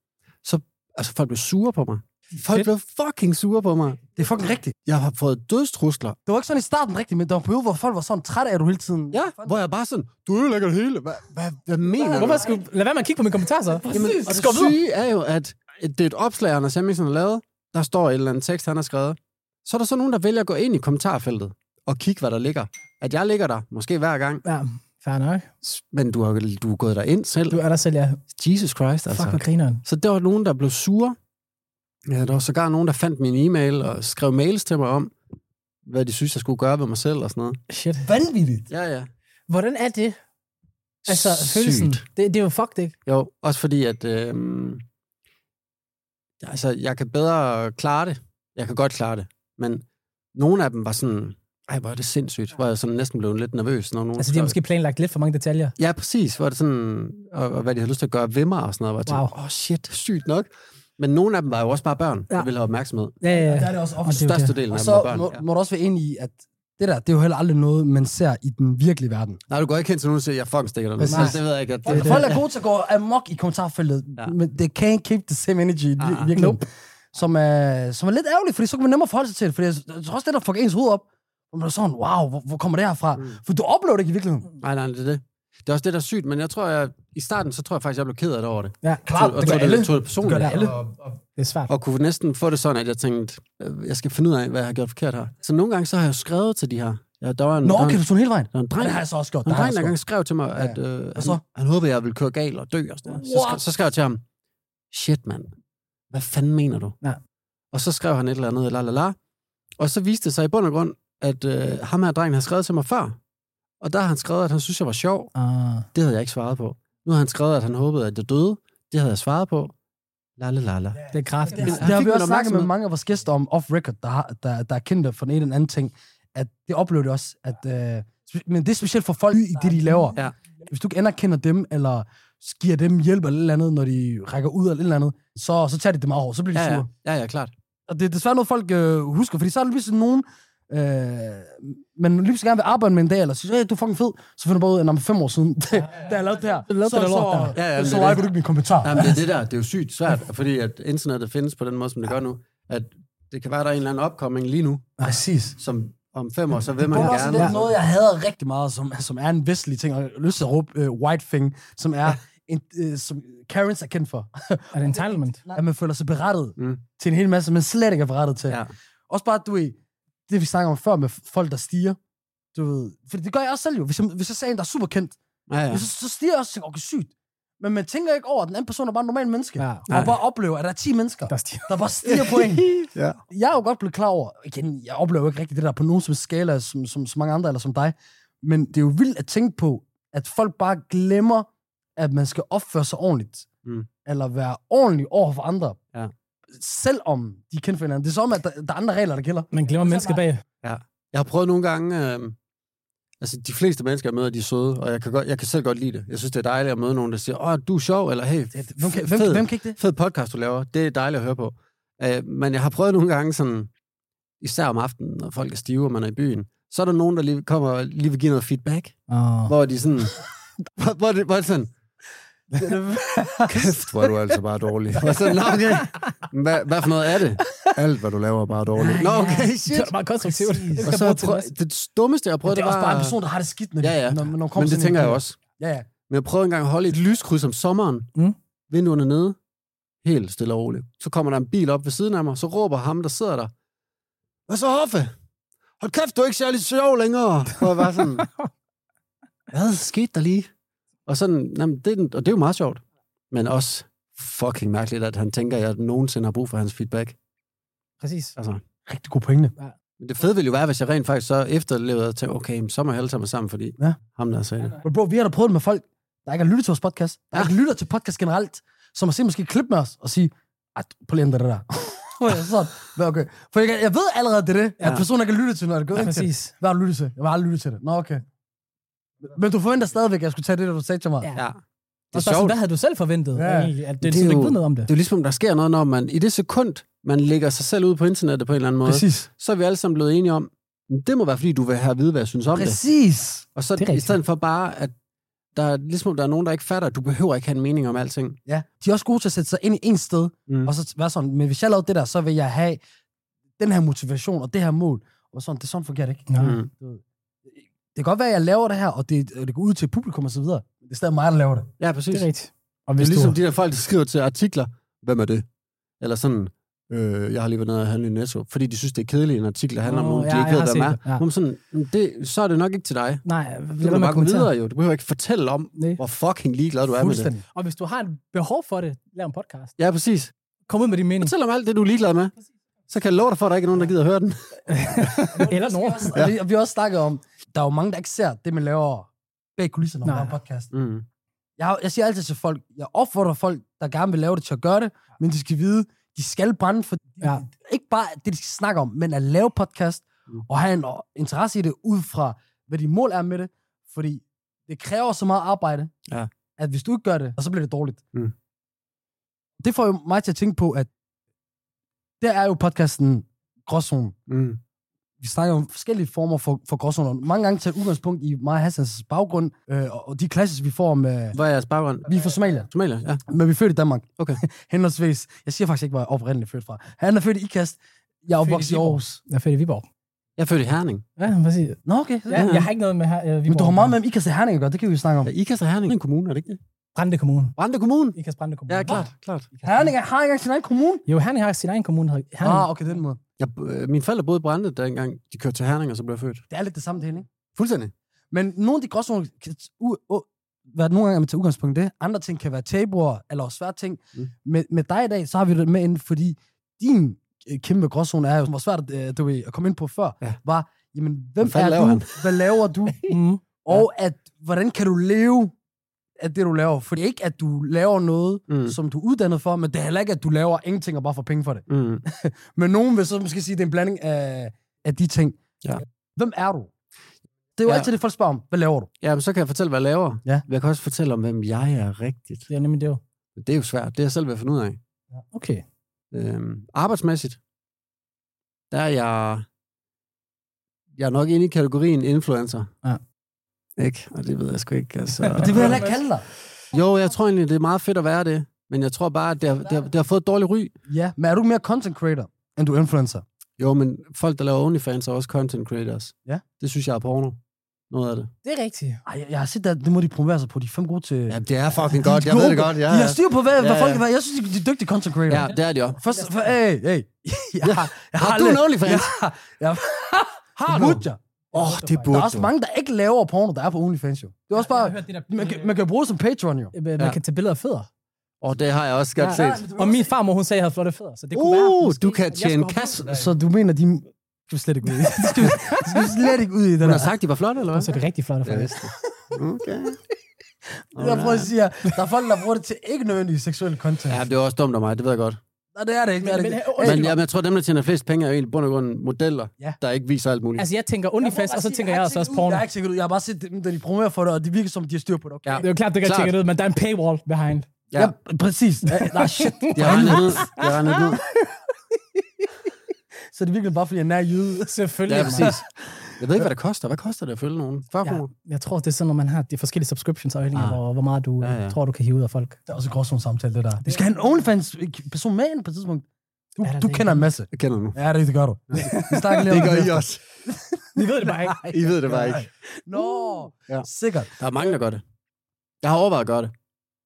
S3: Så, altså, folk blev sure på mig. Folk
S1: Fedt.
S3: blev fucking sure på mig.
S2: Det er fucking rigtigt.
S3: Jeg har fået dødstrusler.
S2: Det var ikke sådan i starten rigtigt, men der var en periode, hvor folk var sådan trætte af, at du hele tiden...
S3: Ja, hvor jeg bare sådan, du ødelægger det hele. Hvad, hvad, hvad mener du?
S1: Hvorfor skulle... Lad være med at kigge på mine kommentarer så.
S3: Jamen, og det syge er jo, at det er et opslag, Anders Hemmingsen har lavet. Der står et eller andet tekst, han har skrevet. Så er der så nogen, der vælger at gå ind i kommentarfeltet og kigge, hvad der ligger. At jeg ligger der, måske hver gang,
S1: Ja, fair nok.
S3: men du har du er gået der ind selv.
S1: Du er der selv, ja.
S3: Jesus Christ,
S1: Fuck,
S3: altså.
S1: hvor grineren.
S3: Så der var nogen, der blev sure. Ja, der var sågar nogen, der fandt min e-mail og skrev mails til mig om, hvad de synes, jeg skulle gøre ved mig selv og sådan noget.
S1: Shit.
S2: Vanvittigt.
S3: Ja, ja.
S1: Hvordan er det? Altså, følelsen.
S3: Sygt.
S1: Det, det er jo fucked, ikke?
S3: Jo, også fordi, at øh, altså, jeg kan bedre klare det. Jeg kan godt klare det. Men nogle af dem var sådan, ej, hvor er det sindssygt. Hvor jeg sådan næsten blev lidt nervøs. Når nogen
S1: Altså, de har måske planlagt lidt for mange detaljer.
S3: Ja, præcis. Hvor det sådan, og, og hvad de havde lyst til at gøre ved mig og sådan noget. Hvor jeg
S1: Wow.
S3: tænkte, åh oh, shit, sygt nok. Men nogle af dem var jo også bare børn, ja.
S1: Ja.
S3: der ville have opmærksomhed.
S1: Ja, ja,
S2: Der
S1: ja.
S2: er det også
S1: Og
S2: ofte.
S1: det er jo det.
S3: Størstedelen
S2: Og
S3: af dem
S2: så
S3: var børn.
S2: må,
S3: Ja.
S2: må du også være enig i, at det der, det er jo heller aldrig noget, man ser i den virkelige verden.
S3: Nej, du går ikke hen til nogen og siger, jeg fucking stikker dig nu.
S2: Præcis.
S3: Altså, det ved jeg ikke. At,
S2: Folk, det,
S3: det,
S2: det, folk er gode til at gå amok i kommentarfeltet,
S3: Ja.
S2: ja. men they can't keep the same energy i
S3: Ah,
S2: vir- virkeligheden. Som er, som er lidt ærgerligt, fordi så kan man nemmere forholde sig til det. Fordi jeg jeg tror også, det der fucker ens hoved op, hvor man er sådan, wow, hvor, hvor kommer det her fra?
S3: Mm.
S2: Mm. For du oplever det ikke i virkeligheden.
S3: nej, nej, det er det. Det er også det, der er sygt, men jeg tror, jeg, i starten, så tror jeg faktisk, jeg blev ked af det over det.
S1: ja.
S2: Klart,
S3: og
S2: det gør
S3: tog
S2: alle.
S3: det, tog det
S2: Det
S3: personligt.
S2: gør det alle.
S1: Det er svært.
S3: Og kunne næsten få det sådan, at jeg tænkte, øh, jeg skal finde ud af, hvad jeg har gjort forkert her. Så nogle gange, så har jeg jo skrevet til de her. Ja, der var en,
S2: Nå,
S3: der var
S2: okay,
S3: en,
S2: du tog den hele vejen.
S3: der var en
S2: Nej,
S3: dreng,
S2: det har jeg så også gjort.
S3: Og
S2: det
S3: en
S2: har jeg
S3: dreng,
S2: også
S3: der engang skrev til mig, ja. at øh,
S2: så?
S3: han, han håbede, jeg ville køre galt og dø og sådan noget. Så, sk-
S2: What?
S3: så skrev jeg til ham, shit mand, hvad fanden mener du?
S1: Ja.
S3: Og så skrev han et eller andet, la la la. Og så viste det sig i bund og grund, at øh, ham her drengen havde skrevet til mig før. Og der har han skrevet, at han synes, jeg var sjov.
S1: Ah.
S3: Det havde jeg ikke svaret på. Nu har han skrevet, at han håbede, at jeg døde. Det havde jeg svaret på. La la la la.
S1: Det er kraftigt.
S2: gjort.
S3: Han
S2: Det har
S3: fik
S2: vi
S3: min
S2: også snakket med
S3: opmærksomhed.
S2: mange af vores gæster om off-record, der, har- der, der er kendte for den ene eller anden ting, at det oplever det også. At, øh, spe- men det er specielt for folk i det, de laver.
S3: Ja.
S2: Hvis du ikke anerkender dem, eller giver dem hjælp eller et eller andet, når de rækker ud eller et eller andet, så, så tager de det meget hårdt, så bliver de
S3: Ja,
S2: sure.
S3: ja, ja, ja klart.
S2: Og det er desværre noget, folk øh, husker, fordi så er der lige sådan nogen, øh, man lige så gerne vil arbejde med en dag, eller synes, hey, du er fucking fed, så finder man bare ud af, "Nå, men fem år siden, det, da jeg lavede det her,
S1: lavede
S2: så,
S1: det der
S2: så,
S1: lort
S2: så,
S1: der."
S3: Ja, ja, det
S2: så
S3: er
S2: liker
S3: det.
S2: du ikke min kommentar.
S3: Jamen, det er det der. Det er jo sygt svært, fordi at internettet findes på den måde, som det gør nu. At det kan være, at der er en eller anden opkomling lige nu,
S2: Præcis.
S3: som om fem år, så vil
S2: Det
S3: man
S2: er også
S3: gerne...
S2: lidt noget, jeg hader rigtig meget, som, som er en vestlig ting, og jeg har lyst til at råbe øh, white thing, som er, en, øh, som Karens er kendt for.
S1: Er det entitlement?
S2: at man føler sig berettet
S3: Mm.
S2: mm. til en hel masse, man slet ikke er berettet til.
S3: Ja.
S2: Også bare, du ved, det vi snakker om før med folk, der stiger. Du ved, for det gør jeg også selv jo. Hvis jeg, hvis jeg ser en, der er super kendt,
S3: Ja, ja.
S2: ja. så, så stiger jeg også og tænker, okay, sygt. Men man tænker ikke over, at den anden person er bare en normal menneske.
S1: Ja.
S2: Og bare oplever, at der er 10 mennesker,
S1: Der stiger.
S2: der bare stiger på en.
S3: Ja.
S2: Jeg er jo godt blevet klar over, igen, jeg oplever jo ikke rigtig det der på nogen som helst skala, som, som, som mange andre eller som dig, men det er jo vildt at tænke på, at folk bare glemmer, at man skal opføre sig ordentligt,
S3: Mm.
S2: eller være ordentlig over for andre.
S3: Ja.
S2: Selvom de er kendt for hinanden. Det er som, at der, der er andre regler, der gælder.
S1: Man glemmer mennesker bag.
S3: Jeg har prøvet nogle gange... Øh, altså, de fleste mennesker, jeg møder, de er søde, og jeg kan, godt, jeg kan selv godt lide det. Jeg synes, det er dejligt at møde nogen, der siger, åh, du er sjov, eller hey,
S2: Hvem kan, hvem,
S3: fed,
S2: hvem kan ikke det?
S3: fed podcast, du laver. Det er dejligt at høre på. Øh, men jeg har prøvet nogle gange sådan, især om aftenen, når folk er stive, og man er i byen, så er der nogen, der lige kommer og lige vil give noget feedback.
S1: Oh.
S3: Hvor de sådan... hvor, hvor, det, hvor det sådan... Kæft, hvor er du altså bare dårlig. Hvor sådan, "Nå, okay. Hvad, hvad for noget er det? Alt, hvad du laver, er bare dårligt. Nå, okay,
S1: Det
S3: shit.
S1: er meget konstruktivt. Det
S3: Og
S1: skal
S3: så
S1: jeg
S3: jeg
S1: bruge til
S3: prøv,
S1: næste.
S3: det dummeste, jeg prøvede,
S2: Det
S3: det
S2: er også bare en
S3: var...
S2: person, der har det skidt, når, de-
S3: Ja, ja.
S2: når, når man kommer sådan
S3: Men det
S2: ind i
S3: tænker jeg
S2: en-
S3: også.
S2: Ja, ja.
S3: Men jeg prøvede engang at holde et lyskryds om sommeren.
S1: Mm.
S3: Vinduerne nede. Helt stille og roligt. Så kommer der en bil op ved siden af mig, så råber ham, der sidder der. Hvad så, Hoffe? Hold kæft, du er ikke særlig sjov længere. Og jeg var sådan, hvad skete der lige? Og, sådan, jamen, det, er den- og det er jo meget sjovt. Men også fucking mærkeligt, at han tænker, at jeg nogensinde har brug for hans feedback.
S1: Præcis.
S3: Altså,
S2: Rigtig gode pointe.
S3: men det fede ville jo være, hvis jeg rent faktisk så efterlevede og tænkte, okay, men så må jeg alle sammen sammen, fordi
S2: Ja.
S3: ham der sagde det.
S2: Men bro, vi har da prøvet det med folk, der ikke har lyttet til vores podcast, der
S3: Ja.
S2: ja. ikke lytter til podcast generelt, som har set måske et klip med os og sige, at på lige at ændre det der. Hvor jeg sådan, hvad okay. For jeg, jeg ved allerede, det er det, at
S3: Ja.
S2: personer kan lytte til, når det går
S1: Ja,
S2: ind til. det.
S1: præcis.
S2: Hvad har du lyttet til? Jeg har aldrig lyttet til det. Nå, okay. Men du forventer stadigvæk, at jeg skulle tage det, der du sagde til mig.
S1: Ja.
S2: Ja.
S3: Ja.
S1: Og så sådan, hvad havde du selv forventet?
S2: Ja.
S1: egentlig? At det,
S3: Det er
S1: det, du
S3: jo-
S1: ikke ved noget om det.
S3: Det er jo ligesom, der sker noget, når man i det sekund, man lægger sig selv ud på internettet på en eller anden måde, Præcis.
S2: Præcis.
S3: så er vi alle sammen blevet enige om, "Men det må være, fordi du vil have at vide, hvad jeg synes om det.
S2: Præcis.
S3: Og så
S1: Det er
S3: i
S1: rigtigt.
S3: stedet for bare, at der er, ligesom der er nogen, der ikke fatter, at du behøver ikke have en mening om alting.
S2: Ja. De er også gode til at sætte sig ind i en sted,
S3: Mm.
S2: og så være sådan, men hvis jeg lavede det der, så vil jeg have den her motivation og det her mål. Og sådan, det er sådan fungerer det ikke.
S1: Nå.
S3: Mm.
S2: Du ved, Det kan godt være, at jeg laver det her, og det, og det går ud til publikum og så videre. men Det er stadig mig, der laver det.
S3: Ja, præcis.
S1: Det er
S3: Det
S1: rigtigt. Og
S3: er
S1: hvis
S3: ligesom
S1: du...
S3: de der folk, der skriver til artikler, hvem er det? Eller sådan, øh, jeg har lige været nede og handle i Netto, fordi de synes, det er kedeligt, en artikel handler om
S1: Nå,
S3: nogen, de
S1: ja,
S3: ikke
S1: jeg
S3: ved,
S1: har
S3: hvem
S1: set
S3: er.
S1: det, ja.
S3: Hvor man sådan, "Men det, så er det nok ikke til dig.
S1: Nej,
S3: Du
S1: lad
S3: kan
S1: være med at
S3: bare gå
S1: kommentere.
S3: videre jo. Du behøver ikke fortælle om,
S1: Nej.
S3: hvor fucking ligeglad du er med det.
S2: Fuldstændig.
S1: Og hvis du har et behov for det, lav en podcast.
S3: Ja, præcis.
S1: Kom ud med din mening.
S3: Fortæl om alt det, du er ligeglad med. Så kan jeg love dig for, at der ikke er nogen, der gider at høre den.
S1: Eller nogen.
S2: Ja. Altså, Og, vi, og vi har også snakket om, der er jo mange, der ikke ser det, man laver bag kulisserne, når
S1: Nej.
S2: man laver podcast.
S3: Mm.
S2: Jeg, jeg siger altid til folk, jeg opfordrer folk, der gerne vil lave det, til at gøre det, men de skal vide, de skal brænde for
S1: Ja.
S2: ja. ikke bare det, de skal snakke om, men at lave podcast
S3: Mm.
S2: mm. og have en og- interesse i det ud fra, hvad de mål er med det, fordi det kræver så meget arbejde,
S3: Ja.
S2: at hvis du ikke gør det, så bliver det dårligt.
S3: Mm.
S2: det får jo mig til at tænke på, at der er jo podcasten Gråzonen.
S3: Mm.
S2: vi snakker om forskellige former for, for gråzoner. Mange gange tager udgangspunkt i mig og Hassans baggrund, øh, og og de klasses, vi får med...
S3: Hvad er jeres baggrund?
S2: Vi er fra Somalia,
S3: Somalia, ja.
S2: men vi er født i Danmark.
S3: Okay.
S2: Henholdsvis. Jeg siger faktisk ikke, hvor jeg oprindeligt er født fra. Han er født i Ikast. Jeg er
S1: Født i
S2: opvokset i
S1: Viborg.
S2: Aarhus.
S1: Jeg er født i Viborg.
S3: Jeg er født i Herning.
S1: Ja, præcis.
S2: Nå, okay.
S1: Ja,
S2: Ja.
S1: jeg har ikke noget med her, øh, Viborg.
S2: Men du har meget med, om Ikast og Herning at gøre. Det kan vi jo snakke om.
S3: Ja, I kaster Herning. Det er en kommune, er det ikke det? Ah,
S1: Brande Kommune.
S3: Brande Kommune.
S1: Ikast Brande Kommune.
S3: Ja, klart, klart.
S1: Ikast Brande.
S2: Herning er- har ikke engang sin egen kommune.
S1: Jo, Herning har sin egen kommune. der hedder Herning.
S2: Ah, okay, den måde.
S3: Jeg, øh, mine forældre boede i Brande dengang. De kørte til Herning, og så blev jeg født.
S2: Det er lidt det samme det hele, ikke?
S3: Fuldstændig.
S2: Men nogle af de gråzoner kan u- u- være nogle gange er man tager udgangspunkt i det. Andre ting kan være tabuer eller også svære ting.
S3: Mm.
S2: Mm. Med, med dig i dag, så har vi det med ind, fordi din øh, kæmpe gråzone er jo, hvor svært øh, du ved, at komme ind på før,
S3: Ja.
S2: ja. var, jamen, hvem
S3: fanden
S2: er
S3: laver
S2: du?
S3: han?
S2: Hvad laver du?
S3: Ah.
S1: Mm.
S2: og at, hvordan kan du leve af det, du laver? For det er ikke, at du laver noget,
S3: Mm.
S2: mm. som du er uddannet for, men det er heller ikke, at du laver ingenting og bare får penge for det.
S3: Mm.
S2: Men nogen vil så måske sige, at det er en blanding af, af de ting.
S3: Ja.
S2: Hvem er du? Det er jo
S3: Ja.
S2: altid det, folk spørger om. Hvad laver du?
S3: Jamen, så kan jeg fortælle, hvad jeg laver.
S2: Ja.
S3: Men Jeg kan også fortælle om, hvem jeg er rigtigt.
S1: Det er nemlig det jo.
S3: Det er jo svært. Det er jeg selv ved at finde ud af.
S1: Okay.
S3: Øhm, arbejdsmæssigt, der er jeg... Jeg er nok inde i kategorien influencer.
S1: Ja.
S3: Ikke? Og det ved jeg sgu ikke. Altså.
S2: Men det vil jeg heller ikke kalde dig.
S3: Jo, jeg tror egentlig, det er meget fedt at være det. Men jeg tror bare, at det har, det har, det har fået et dårligt ry.
S2: Ja, men er du mere content creator, end du er influencer?
S3: Jo, men folk, der laver OnlyFans, er også content creators.
S2: Ja.
S3: Det synes jeg er porno. Noget af det.
S1: Det er rigtigt.
S2: Ej, jeg, jeg har set, at det må de promovere sig på. De er fem gode til... Ja,
S3: det er fucking
S2: De har styr på, hvad, ja, hvad
S3: Ja,
S2: folk
S3: ja.
S2: er. hvad- Jeg synes, de er dygtige content creator.
S3: Ja, det er det jo.
S2: Først, for, hey, hey. Jeg har, jeg
S3: Har du
S2: aldrig-
S3: en OnlyFans?
S2: Jeg har, jeg, har du? Burde jeg.
S3: Åh, oh, det
S2: Der er
S3: burde
S2: også mange, der ikke laver porno, der er på OnlyFans jo. Det er også bare...
S1: Jeg har hørt det der-
S2: Man kan, man kan bruge det som Patreon jo.
S1: Øh, Man
S3: Ja.
S1: kan tage billeder af fødder.
S3: Åh, oh, det har jeg også godt
S2: Ja.
S3: set.
S1: Og min farmor, hun sagde, at jeg havde flotte fødder, så det kunne være...
S3: Uh,
S1: måske,
S3: du kan
S1: at jeg
S3: tjene altså.
S1: skulle have
S3: kassen.
S1: brugt det.
S2: Så du mener, de... Det skal vi slet ikke ud i. Det skal vi, det skal vi slet ikke ud i, det
S3: Hun
S2: der.
S3: har sagt, de var flotte, eller hvad?
S1: Så er det rigtig flotte faktisk.
S3: Okay.
S2: Jeg prøver at sige, at der er folk, der bruger det til ikke nødvendigt seksuel content.
S3: Ja,
S2: Ja.
S3: det er også dumt af mig, det ved jeg godt.
S2: Nej, det er det ikke. Det er det ikke.
S1: Men- men-
S3: Men jeg, jeg tror, dem, der tjener flest penge, er jo egentlig i bund og grund modeller,
S2: Ja.
S3: der ikke viser alt muligt.
S1: Altså, jeg tænker OnlyFans, og så tænker jeg altså også porno.
S2: Jeg har ikke tjekket ud. Jeg har bare set dem, da de promoverer for det, og det virker som, de har styr på det. Okay.
S3: Ja.
S1: Det er jo klart, det kan
S3: Klart.
S1: jeg tjekke det ud, men der er en paywall behind.
S3: Ja.
S2: præcis. Ja, Nej, shit.
S3: Jeg regner ud. Jeg regner ud.
S2: Så det er virkelig bare, fordi jeg er nær jyde.
S1: Selvfølgelig.
S3: Ja,
S1: mand.
S3: præcis. Jeg ved ikke, hvad det koster. Hvad koster det at følge nogen? 40
S1: Ja,
S3: kroner?
S1: jeg tror, det er sådan, når man har de forskellige subscriptions afhængig af,
S3: Ah.
S1: hvor, hvor meget du
S3: Ja,
S1: ja,
S3: ja.
S1: ja. tror, du kan hive ud af folk.
S2: Det er også en gråzone samtale, det der. Vi skal have en OnlyFans-person med ind på et tidspunkt. Du,
S1: Ja, det er
S2: du
S1: det.
S2: kender en masse.
S3: Jeg kender nu.
S2: Ja, det, det gør du. Vi snakker lidt om efter.
S3: også.
S1: Vi ved det bare ikke.
S3: I ved det bare ikke.
S2: Nå,
S3: Ja.
S2: ja. sikkert.
S3: Der er mange, der gør det. Jeg har overvejet at gøre det.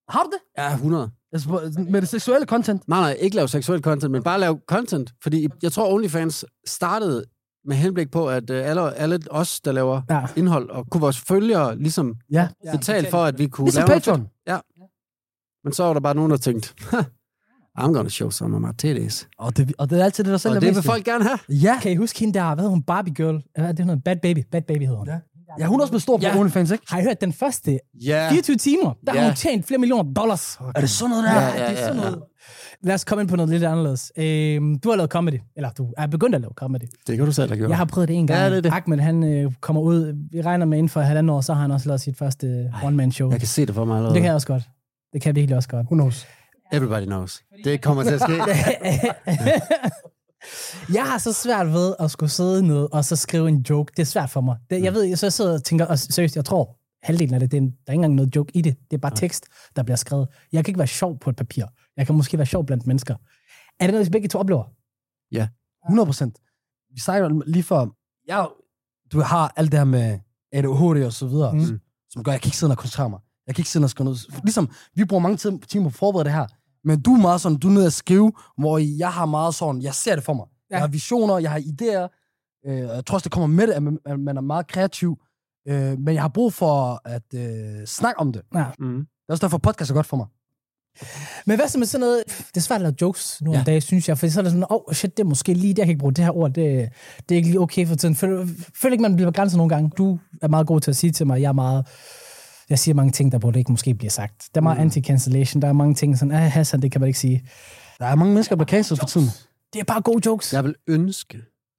S2: Har du det?
S3: Ja, 100.
S2: Altså, med det seksuelle content?
S3: Nej, nej, ikke lave seksuel content, men bare lave content. Fordi jeg tror, OnlyFans startede med henblik på, at øh, alle, alle os, der laver
S1: Ja.
S3: indhold, og kunne vores følgere ligesom
S2: Ja.
S3: betale for, at vi kunne
S2: Ligesom
S3: lave noget
S2: Patreon.
S3: fedt. Men så var der bare nogen, der tænkte, "Ha, I'm gonna show some of my titties.
S2: Og det, og det er altid det, der
S3: Og
S2: sælger
S3: det
S2: mest,
S3: vil
S2: jo.
S3: folk gerne have.
S2: Ja.
S1: Kan I huske hende der, hvad hedder hun, Barbie Girl? Eller er det noget? Bad Baby. Bad Baby hedder hun.
S2: Ja. Ja, hun er også blevet stor på
S1: Ja.
S2: OnlyFans, ikke?
S1: Har I hørt den første?
S3: Ja.
S1: 24 timer. Der har
S3: Ja.
S1: hun tjent flere millioner dollars.
S2: Er det sådan noget der? er?
S3: Ja, ja,
S2: det er
S3: ja,
S2: sådan
S3: ja.
S2: noget.
S1: Lad os komme ind på noget lidt anderledes. Øhm, du har lavet comedy. Eller du er begyndt at lave comedy.
S3: Det kan du selv have gjort.
S1: Jeg har prøvet det en gang.
S3: Ja, det er det.
S1: Ahmed, han øh, kommer ud. Vi regner med inden for halvandet år, så har han også lavet sit første øh, one-man-show.
S3: Jeg kan se det for mig allerede.
S1: Det kan jeg også godt. Det kan jeg virkelig også godt.
S2: Who knows?
S3: Everybody knows. Det kommer til at ske.
S1: jeg har så svært ved at skulle sidde ned og så skrive en joke. Det er svært for mig. Det, jeg
S2: Mm.
S1: ved, så jeg sidder og tænker, og seriøst, jeg tror, halvdelen af det, det er, en- der er ikke engang noget joke i det. Det er bare tekst, der bliver skrevet. Jeg kan ikke være sjov på et papir. Jeg kan måske være sjov blandt mennesker. Er det noget, vi begge to oplever?
S2: 100 procent. Vi snakker om lige før, jeg, du har alt det her med ADHD og så videre,
S1: Mm.
S2: mm. som gør, at jeg kan ikke sidde ned og koncentrere mig. Jeg kan ikke sidde ned og skrive noget. Ligesom, vi bruger mange tid- timer på at forberede det her, men du er meget sådan, du er nede at skrive, hvor jeg har meget sådan, jeg ser det for mig. Ja.
S1: Ja.
S2: Jeg har visioner, jeg har idéer, øh, og jeg tror også, det kommer med det, at man, at man er meget kreativ, øh, men jeg har brug for at øh, snakke om det.
S3: Mm.
S2: Det er også derfor, podcast er godt for mig.
S1: Men hvad så med sådan noget, det er svært at lave jokes nu om
S3: Ja.
S1: ja. dagen, synes jeg, for så er det sådan, åh oh, shit, det er måske lige, det, jeg kan ikke bruge det her ord, det, det er ikke lige okay for tiden. Føl, føl ikke, man bliver begrænset nogle gange. Du er meget god til at sige til mig, jeg er meget, jeg siger mange ting, der burde ikke måske blive sagt. Der er meget mm. anti-cancellation, der er mange ting sådan, ah, Hassan, det kan man ikke sige.
S2: Der er mange mennesker, der bliver cancelled for tiden.
S1: Det er bare gode jokes. Ja.
S3: Jeg vil ønske,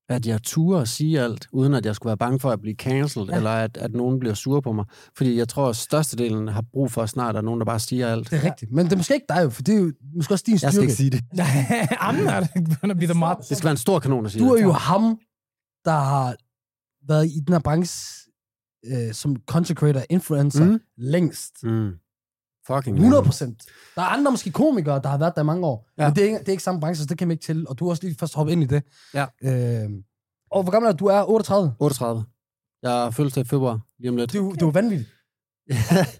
S3: at jeg turde at sige alt, uden at jeg skulle være bange for at blive cancelled,
S1: Ja.
S3: ja. eller at, at nogen bliver sure på mig. Fordi jeg tror, at størstedelen har brug for snart, at nogen, der bare siger alt.
S2: Det er rigtigt. Men det er måske ikke dig, jo, for det er jo måske også din
S3: Jeg skal
S2: styrke.
S3: ikke sige det.
S1: I'm not gonna be the mod.
S3: Det skal være en stor kanon at sige
S2: Du
S3: det.
S2: er jo ham, der har været i den her branche øh, som content creator, influencer, mm.
S3: Mm.
S2: længst.
S3: Mm. Fucking
S2: 100 procent. Der er andre måske komikere, der har været der i mange år. Ja.
S3: Ja.
S2: Men det er, ikke, det er ikke samme branche, så det kan man ikke til. Og du er også lige først hoppet ind i det.
S3: Ja.
S2: Øh, og hvor gammel er du? Du er 38.
S3: 38. Jeg er fødselsdag i februar, lige om lidt.
S2: Du, du er vanvittig.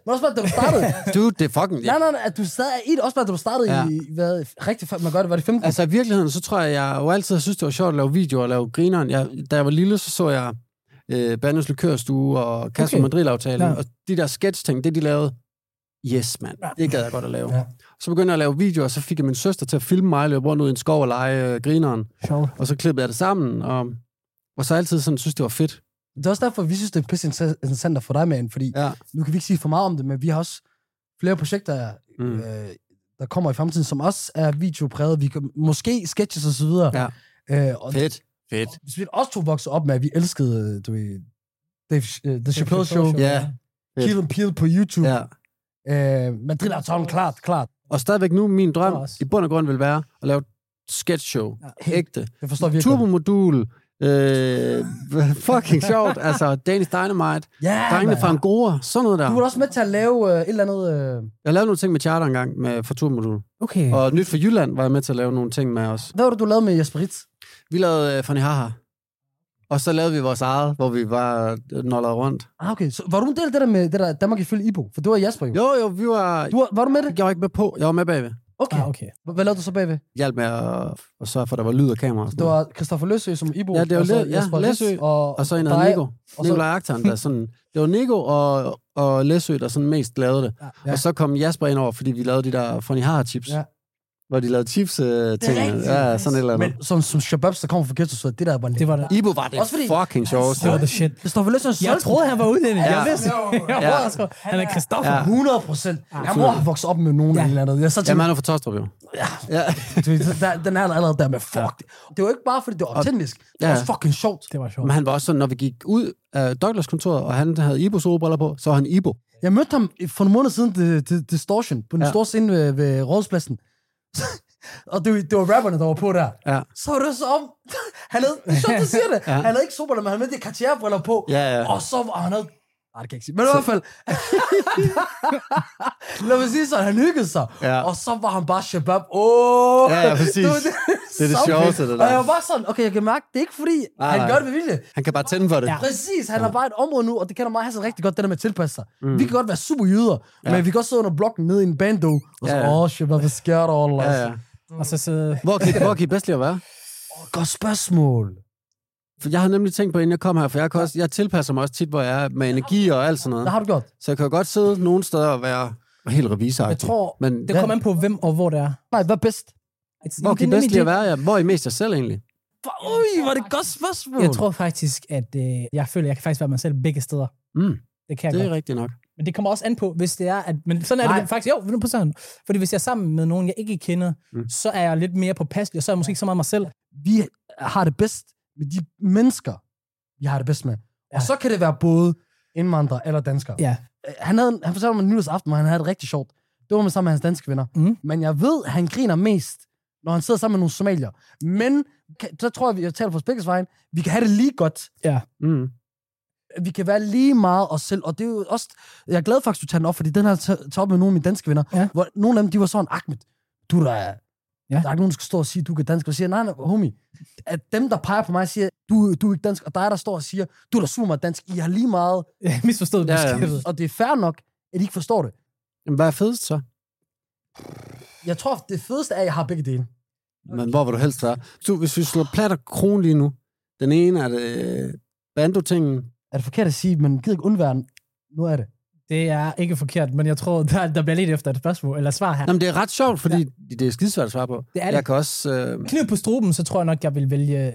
S2: Men også bare, da du startede.
S3: Du, det er fucking...
S2: nej, nej, nej, at du stadig er i det. Også bare, da du startede ja.
S3: Ja.
S2: i, hvad, rigtig før, man gør det, var det 15?
S3: Altså i virkeligheden, så tror jeg, jeg jo altid har syntes, det var sjovt at lave videoer og lave grineren. Jeg, da jeg var lille, så så jeg øh, Bandes Likørstue og
S1: Okay.
S3: Kasper okay. Madrid-aftalen.
S1: Ja.
S3: Ja. Og de der sketch-ting, det de lavede, yes mand,
S1: Ja.
S3: det gad jeg godt at lave.
S2: Ja.
S3: Ja. Så begyndte jeg at lave videoer, og så fik jeg min søster til at filme mig løbe rundt ud i en skov og lege øh, grineren.
S1: Sjov.
S3: Og så klippede jeg det sammen, og, og så altid sådan synes, det var fedt.
S2: Det er også derfor, vi synes, det er pisse inter- interessant at få dig med ind, fordi
S3: Ja.
S2: nu kan vi ikke sige for meget om det, men vi har også flere projekter, mm.
S3: Mm.
S2: øh, der kommer i fremtiden, som også er videopræget. Vi kan, måske sketches og så videre.
S3: Ja.
S2: Øh, og
S3: Fedt. Fedt.
S2: hvis vi også to voksede op med, at vi elskede, øh, du ved, Dave, uh, The Chappelle Show,
S1: Show,
S2: Show.
S3: Ja.
S2: Kill and Peel på YouTube,
S3: Ja.
S2: øh, Madrid og Town, klart, klart.
S3: Og stadigvæk nu, min drøm
S1: Tror også.
S3: i bund og grund vil være at lave et sketchshow.
S1: Ja.
S3: Ja. Ægte.
S2: Jeg forstår virkelig.
S3: Turbomodul. Øh, fucking sjovt. Altså, Danish Dynamite.
S2: Ja,
S3: Drengene
S2: mand.
S3: fra Angora. Sådan noget der.
S2: Du var da også med til at lave øh, et eller andet... Øh,
S3: Jeg lavede nogle ting med Charter engang med, for Turbomodul.
S1: Okay.
S3: Og Nyt for Jylland var jeg med til at lave nogle ting med os.
S2: hvad var det, du lavede med Jesper Ritz?
S3: Vi lavede øh, Fanny Haha. Og så lavede vi vores eget, hvor vi var nollet rundt.
S2: Ah, okay. Så var du en del af det der med det der Danmark ifølge Ibo? For det var Jesper jo.
S3: Jo, jo, vi var...
S2: Du, var- var du med det?
S3: Jeg var ikke med på. Jeg var med bagved.
S2: Okay.
S1: Ah, okay.
S2: Hvad lavede du så bagved?
S3: Hjalp med at, at sørge for, at der var lyd og kamera og sådan
S2: Det
S3: noget.
S2: var Christoffer Løsø som Ibo.
S3: Ja, det var
S2: og så
S3: Læ- ja,
S2: Jesper Ritz
S3: Læsø,
S2: Og,
S3: Og så en, der hed
S2: dig.
S3: Nico.
S2: og så-
S3: Nikolaj Aktan, der sådan... Det var Nico og, og Læsø, der sådan mest lavede det.
S2: Ja.
S3: Ja. Og så kom Jasper ind over, fordi vi lavede de der Funny Har Chips.
S2: Ja.
S3: Ja. Hvor de lavede chips-ting.
S2: rigtigt.
S3: ja, sådan et eller
S2: Men
S3: andet.
S2: som, som Shababs, der kommer fra Ghetto, så det der var...
S1: Det var det.
S3: Ibo var det
S2: Også fordi-
S3: fucking sjovt.
S1: Altså, Det var the shit.
S2: Christoffer Løsø
S1: Jeg troede, han var udlænding.
S3: Ja.
S1: Jeg vidste. Jeg var overrasket. Han er Christoffer.
S3: Ja.
S2: 100 procent. Jeg må have vokset op med nogen
S1: Ja.
S2: ja. eller andet. Jeg så
S3: Jamen,
S2: tænkte,
S3: han er fra Tostrup, jo. Ja.
S2: du ved, der, den er der allerede der med, fuck. det. Det var ikke bare, fordi det var autentisk. Det var
S3: Ja.
S2: også fucking sjovt.
S1: Det var sjovt.
S3: Men han var også sådan, når vi gik ud af Douglas kontoret, og han havde Ibos solbriller på, så var han Ibo.
S2: Jeg mødte ham for nogle måneder siden til, til Distortion, på den ja.
S3: Ja.
S2: store scene ved, ved Rådhuspladsen. og det, det var rapperne, der var på der.
S3: Ja.
S2: Så var det så om... Han havde, det er sjovt, du siger det.
S3: Ja.
S2: ja. Han havde ikke sobriller, men han havde de Cartier-briller på.
S3: Ja, ja.
S2: Og så var han... Havde, nej, det kan jeg ikke sige. Men i hvert fald... Lad mig sige så, han hyggede sig.
S3: Ja.
S2: Og så var han bare shabab. Åh!
S3: Ja, ja, præcis.
S2: Du, det,
S3: Det er det
S2: så
S3: sjoveste,
S2: fedt.
S3: det der.
S2: Og jeg var bare sådan, okay, jeg kan mærke, det er ikke fordi,
S3: Nej,
S2: han
S3: nej.
S2: gør det med vilje.
S3: Han kan bare tænde for det.
S1: Ja.
S3: Ja.
S2: Præcis, han har bare et område nu, og det kender mig Hassan rigtig godt, det der med at tilpasse sig. Mm. Vi kan godt være super jyder, ja. men vi kan også sidde under blokken nede i en bando, og så, åh,
S3: Ja,
S2: ja,
S3: ja.
S2: ja. oh, shit, hvad sker der, Allah?
S3: Ja,
S2: Ja, ja.
S3: ja.
S1: Og så sidder...
S3: Hvor, kan, hvor kan I bedst lide at være?
S2: Godt spørgsmål.
S3: For jeg har nemlig tænkt på, inden jeg kom her, for jeg, kan også, jeg tilpasser mig også tit, hvor jeg er med energi og alt sådan
S2: Det
S3: noget.
S2: har du gjort.
S3: Så jeg kan jo godt sidde nogle steder og være helt revisor.
S2: Jeg tror-
S3: Men
S1: Det kommer an på, hvem og hvor det er.
S2: Nej, hvad er bedst?
S1: It's-
S3: hvor
S1: det
S3: kan
S1: er
S3: I bedst
S1: nemlig
S3: lide at
S1: det.
S3: være? Ja? Hvor er I mest jer selv egentlig?
S2: Ui, var det et godt spørgsmål.
S1: Jeg tror faktisk, at øh, jeg føler, at jeg kan faktisk være mig selv begge steder.
S3: Mm,
S1: Det kan jeg
S3: det
S1: godt.
S3: er rigtigt nok.
S1: Men det kommer også an på, hvis det er, at... Men sådan er
S2: Nej.
S1: det vel faktisk. Jo, nu på sådan. Fordi hvis jeg er sammen med nogen, jeg ikke kender,
S3: Mm.
S1: så er jeg lidt mere på og så er jeg måske ikke så meget mig selv.
S2: vi har det bedst med de mennesker, vi har det bedst med. Ja. Og så kan det være både indvandrere eller danskere.
S1: Ja.
S2: Øh, Han, havde, en- han fortalte mig nyårsaften, hvor han havde det rigtig sjovt. Det var med sammen med hans danske venner.
S1: Mm.
S2: Men jeg ved, at han griner mest, når han sidder sammen med nogle somalier. Men kan, så tror jeg, at jeg taler på Spikkels vejen, vi kan have det lige godt.
S3: Mm.
S2: Vi kan være lige meget os selv. Og det er jo også... Jeg er glad faktisk, du tager den op, fordi den har jeg ta- taget op med nogle af mine danske venner.
S1: Ja.
S2: Hvor nogle af dem, de var sådan, Ahmed, du er der... Ja.
S1: Ja.
S2: Der er ikke nogen, der skal stå og sige, du kan dansk. Og jeg siger, nej, nej, homie. At dem, der peger på mig, siger, du, du er ikke dansk. Og dig, der står og siger, du er da super meget dansk. I har lige meget.
S1: Misforstået
S3: Ja, ja.
S1: beskrevet.
S2: Og det er fair nok, at I ikke forstår det.
S3: Jamen, hvad er fedest så?
S2: Jeg tror, det fedeste er, at jeg har begge dele.
S3: Men hvor vil du helst være? Du, hvis vi slår plat og kron lige nu, den ene er det øh, bandotingen.
S2: Er det forkert at sige, men gider ikke undvære noget af det?
S1: Det er ikke forkert, men jeg tror, der, der bliver lidt efter et spørgsmål, eller svar her.
S3: Jamen, det er ret sjovt, fordi ja. det er skidesvært at svare på.
S1: Det er det.
S3: Jeg kan også... Øh,
S1: Kniv på struben, så tror jeg nok, jeg vil vælge øh,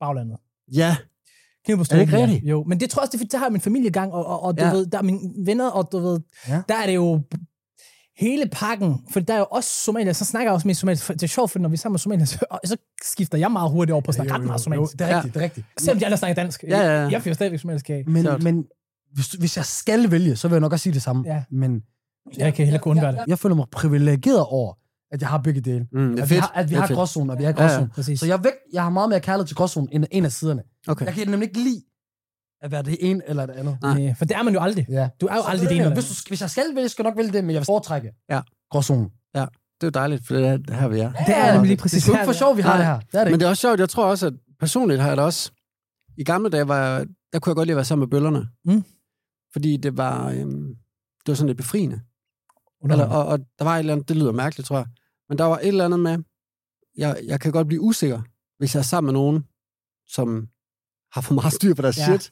S1: baglandet.
S3: ja,
S1: Kniv på
S3: det
S1: struben,
S3: ikke
S1: ja.
S3: rigtigt?
S1: Jo, men det tror jeg også, det er, fordi der har jeg min familiegang, og, og, og du
S3: Ja.
S1: ved, der er mine venner, og du ved,
S2: Ja.
S1: ja. der er det jo... hele pakken, for der er jo også somalier, så snakker jeg også med somalier. Det er sjovt, for når vi er sammen med somalier, så, og så skifter jeg meget hurtigt over på at snakke ret meget somalisk.
S2: det er rigtigt, det er rigtigt.
S1: Selvom de andre snakker dansk.
S3: Ja, ja, ja.
S1: Jeg fyrer stadigvæk somalisk af.
S2: Men,
S3: Klart.
S2: men hvis, du- hvis jeg skal vælge, så vil jeg nok også sige det samme.
S1: Ja.
S2: Men
S1: Jeg kan heller ikke undvære det.
S2: jeg føler mig privilegeret over, at jeg har begge dele.
S3: Mm, det
S2: At
S3: er
S2: vi
S3: fedt.
S2: har, at vi
S3: Det er
S2: har
S3: fedt.
S2: gråzonen, og vi har
S3: Ja, ja.
S2: gråzonen.
S1: Præcis.
S2: Så jeg, væk, jeg har meget mere kærlighed til gråzonen end en af siderne.
S3: Okay.
S2: Jeg kan nemlig ikke lide at være det ene eller det andet.
S3: Nej.
S1: Nej. Øh, For det er man jo aldrig.
S2: Ja.
S1: Du er jo
S2: Så
S1: aldrig det
S2: mener
S1: ene.
S2: jeg,
S1: eller
S2: Hvis, du, hvis jeg skal vælge, skal jeg nok vælge det, men jeg vil foretrække
S3: Ja.
S2: gråzonen.
S3: Det er jo dejligt, for det er, her vi er.
S1: Det er nemlig lige
S2: Det
S1: præcis
S2: er jo ikke
S1: her,
S2: for sjov, vi har
S3: Nej.
S2: det her. Det er det
S3: Men
S2: ikke.
S3: det er også sjovt, jeg tror også, at personligt har jeg det også... I gamle dage var jeg, der kunne jeg godt lide at være sammen med bøllerne.
S1: Mm.
S3: Fordi det var, øhm, det var sådan lidt befriende. Eller,
S1: Underholdende.
S3: og, og der var et eller andet, det lyder mærkeligt, tror jeg. Men der var et eller andet med, jeg, jeg kan godt blive usikker, hvis jeg er sammen med nogen, som har for meget styr på deres
S1: Ja.
S3: ja. shit.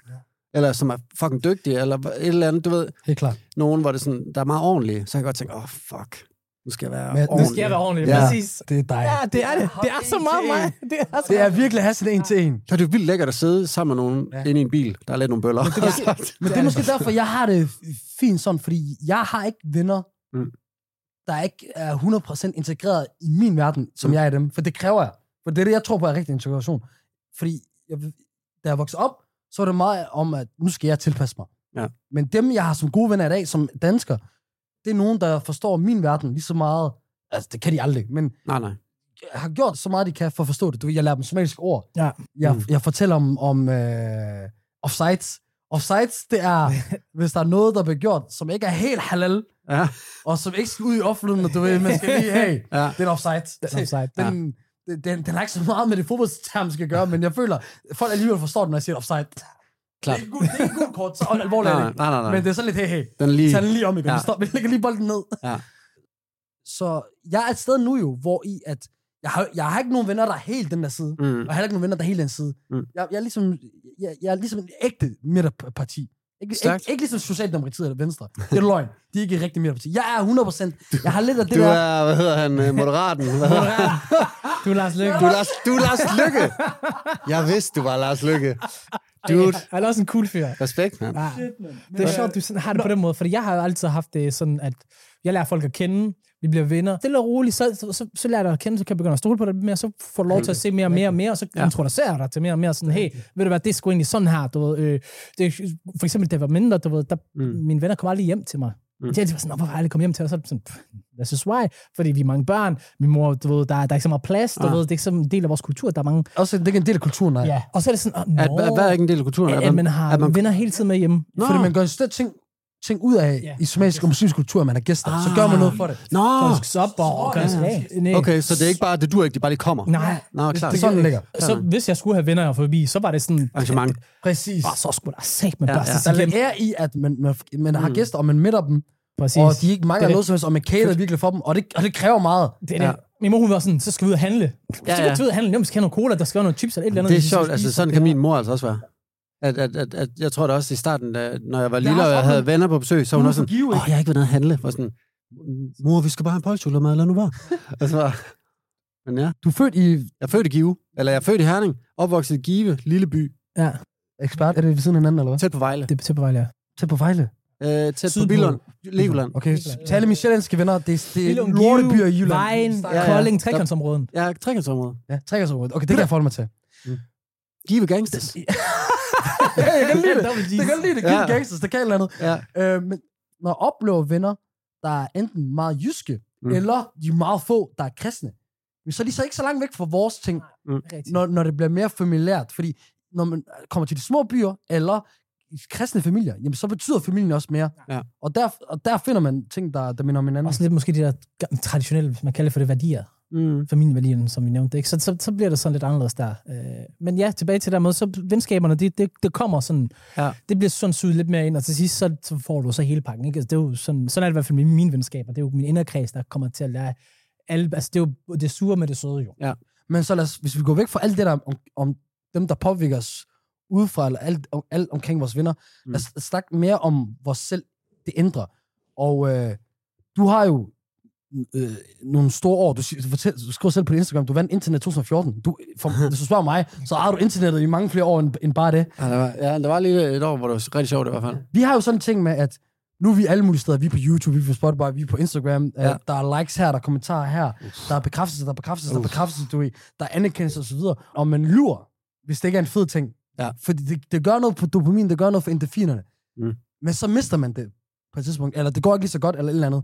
S3: Eller som er fucking dygtige, eller et eller andet, du ved.
S2: Helt klart.
S3: Nogen, hvor det er sådan, der er meget ordentlige. Så kan jeg godt tænke, åh, oh, fuck. Nu skal jeg
S2: Men-
S3: være
S2: Nu
S3: Men,
S1: Det
S3: ordentlig.
S1: skal være ordentligt.
S3: Ja.
S1: Præcis.
S2: Det er dig.
S1: Ja, det er det. Det er så meget mig. Altså, Det er så
S2: Det er
S1: meget.
S2: virkelig at have sådan en til en.
S3: Så er det jo vildt lækkert at sidde sammen med nogen
S2: Ja.
S3: ja. inde i en bil. Der er lidt nogle bøller.
S1: det er
S3: Ja.
S2: Men det er måske
S3: altså-
S2: derfor, jeg har det f- fint sådan, fordi jeg har ikke venner,
S3: Mm.
S2: der ikke er 100% integreret i min verden, som
S3: Mm.
S2: jeg er i dem. For det kræver jeg. For det er det, jeg tror på er rigtig integration. Fordi jeg, da jeg voksede op, så var det meget om, at nu skal jeg tilpasse mig.
S3: Ja.
S2: Men dem, jeg har som gode venner i dag, som dansker, det er nogen, der forstår min verden lige så meget. Altså, det kan de aldrig, men
S3: nej, nej.
S2: har gjort så meget, de kan for at forstå det. Du, ved, jeg lærer dem somaliske ord.
S1: Ja.
S2: Jeg,
S3: Mm.
S2: jeg fortæller om, om øh, offsides. Offsides, det er, hvis der er noget, der bliver gjort, som ikke er helt halal,
S3: Ja,
S2: og som ikke skal ud i offentligheden, og du ved, man skal lige, hey,
S3: ja.
S2: det er en offside.
S1: Det er offside,
S2: Den, den, den, den har ikke så meget med det fodboldsterm, skal gøre, men jeg føler, folk alligevel forstår, når jeg siger offside.
S3: Klart.
S2: Det er en god, det er en god kort, så alvorligt
S3: Nej,
S2: er det
S3: nej,
S2: ikke.
S3: nej, nej, nej.
S2: Men det er sådan lidt, hey, hey,
S3: Den er lige...
S2: tag den lige om igen.
S3: Ja.
S2: Ja. Stop, vi lægger lige bolden ned.
S3: Ja.
S2: Så jeg er et sted nu jo, hvor i, at jeg har, jeg har ikke nogen venner, der er helt den der side.
S3: Mm.
S2: Og heller ikke nogen venner, der er helt den side.
S3: Mm.
S2: Jeg, jeg, er ligesom, jeg, jeg er ligesom en ægte midterparti. Ikke, ikke,
S3: Stærkt.
S2: ikke ligesom Socialdemokratiet eller Venstre. Det er løgn. De er ikke rigtig midterparti. Jeg er 100%. Jeg har lidt af det
S3: Du
S2: der...
S3: er, hvad hedder han, øh, moderaten? Hvad hedder han?
S1: Du er Lars Løkke.
S3: Du er, Lars, du er Lars Lykke. Jeg vidste, du var Lars Lykke. Dude,
S1: Han er også en cool fyr.
S3: respekt, mand.
S1: Ja. Det er sjovt, du sådan har det på den måde, for jeg har jo altid haft det sådan, at jeg lærer folk at kende, vi bliver venner. Stille og roligt, så, så, så, så lærer jeg dig at kende, så kan jeg begynde at stole på dig lidt mere, så får du lov til at se mere og mere og mere, og så
S3: Ja.
S1: introducerer jeg dig til mere og mere, sådan, hey, ved du hvad, det er sgu egentlig sådan her, du ved, øh, det, er- for eksempel, da jeg var mindre, du ved, der, mm.
S3: Mm.
S1: mine venner kom aldrig hjem til mig. Mm.
S3: Mm.
S1: De var sådan, "Nå, hvorfor er det kom hjem til dig? Så er det sådan, "Pff, that's just why, fordi vi er mange børn, min mor, du ved, der, er- der er ikke så meget plads, du
S3: Ah.
S1: ved, det er ikke sådan en del af vores kultur, der er mange,
S2: Også, det er ikke en del af kulturen, nej.
S1: ja. og så er det sådan, oh,
S3: At, at, hvad er ikke en del af kulturen?
S1: at, at man har
S3: at man-
S1: venner hele tiden med hjemme.
S3: Nå.
S2: Fordi man gør en sted ting, ting ud af
S1: Ja. Ah.
S2: i somalisk og muslimsk kultur, at man er gæster. Så gør man noget for det.
S3: Nå,
S1: Folk stopper og gør
S3: ja.
S1: sig af. Nej.
S3: okay, så det er ikke bare, det dur ikke, de bare lige kommer.
S1: Nej.
S3: Nå, klart.
S2: Det er sådan, det ligger.
S1: Så hvis jeg skulle have venner forbi, så var det sådan...
S3: Arrangement.
S2: Præcis.
S1: Åh, så skulle der sagt med
S3: Ja,
S1: børste
S3: ja.
S1: sig
S2: Der
S1: igennem.
S2: ligger ære Altså, i, at man, man, man
S3: Mm.
S2: har gæster, og man midter dem,
S1: Præcis.
S2: og de ikke
S1: Det
S2: mangler
S1: er det.
S2: noget som helst, og man cater virkelig for dem, og det, og det kræver meget.
S1: Det er det. Min mor, hun var sådan, så skal vi ud og handle. Så skal vi
S3: ja.
S1: ud og handle. Jamen, vi skal have noget cola, der skal være noget chips eller et eller andet.
S3: Det er
S1: vi skal
S3: sjovt,
S1: spise.
S3: altså sådan kan min mor altså også være. At, at, at, at, jeg tror da også i starten, da, når jeg var lille, og jeg havde venner på besøg, så var hun også sådan, åh, jeg har ikke været nede at handle. Og sådan, mor, vi skal bare have en pålchokolademad, lad nu bare. altså, bare- men ja,
S2: Du er født i
S3: jeg er født i Give, eller jeg er født i Herning, opvokset i Give, lille by,
S1: Ja,
S2: ekspert, er det ved siden af hinanden, eller hvad?
S3: tæt på Vejle,
S1: det er til på vej, ja.
S2: Tæt på Vejle.
S3: øh, tæt
S1: Sydpå.
S3: på Billund, Legoland.
S2: Okay, til alle mine sjællandske venner, det, er- det er lortebyer i Jylland.
S1: Vejen,
S3: Ja, ja.
S1: Kolding,
S3: Der-
S1: trekantsområden.
S3: Ja, trekantsområde.
S2: Ja, trækkersområdet. Okay, det kan jeg forholde mig til.
S3: Give Gangsters.
S2: Ja, jeg kan lide det.
S1: Double G's.
S2: Jeg kan lide det. Give
S3: Ja.
S2: gangsters, det kan et eller andet.
S3: Ja.
S2: Øh, men når jeg oplever venner, der er enten meget jyske,
S3: Mm.
S2: eller de er meget få, der er kristne, men så er de så ikke så langt væk fra vores ting,
S1: Rigtigt.
S2: når, når det bliver mere familiært. Fordi når man kommer til de små byer, eller i kristne familier, jamen så betyder familien også mere.
S3: Ja.
S2: Og, der, og der finder man ting, der, der minder om hinanden.
S1: Også lidt måske de der ga- traditionelle, hvis man kalder for det værdier.
S3: Mm.
S1: familieværdierne, som vi nævnte. Ikke? Så, så, så bliver det sådan lidt anderledes der. Øh, men ja, tilbage til der måde, så venskaberne, det, det, det kommer sådan,
S3: Ja.
S1: det bliver sådan suget lidt mere ind, og til sidst, så, så får du så hele pakken. Ikke? Altså, det er jo sådan, sådan er det i hvert fald med mine venskaber. Det er jo min inderkreds, der kommer til at lære alle, altså det er jo det sure med det søde jo.
S2: Men så lad os, hvis vi går væk fra alt det der om, om dem, der påvirker os udefra, eller alt, om, alt omkring vores venner, mm.
S3: Mm.
S2: lad os snakke mere om vores selv, det ændrer. Og øh, du har jo øh, nogle store år. Du, sig- du, fortæl, du skriver selv på din Instagram, du vandt internet 2014. Du, for, hvis du spørger mig, så har du internettet i mange flere år end, end bare det.
S3: Ja, der var, ja, der var lige et år, hvor det var rigtig sjovt i hvert fald.
S2: Vi har jo sådan en ting med, at Nu er vi alle mulige steder. Vi er på YouTube, vi er på Spotify, vi er på Instagram. Ja.
S3: Ja.
S2: Øh, der er likes her, der er kommentarer her. Der er bekræftelser, der er bekræftelser, der er bekræftelser, du ved. Der er anerkendelse osv. Og man lurer, hvis det ikke er en fed ting.
S3: Ja.
S2: Fordi det, det gør noget for dopamin, det gør noget for endorfinerne.
S3: Mm.
S2: Men så mister man det på et tidspunkt. Eller det går ikke lige så godt, eller et eller andet.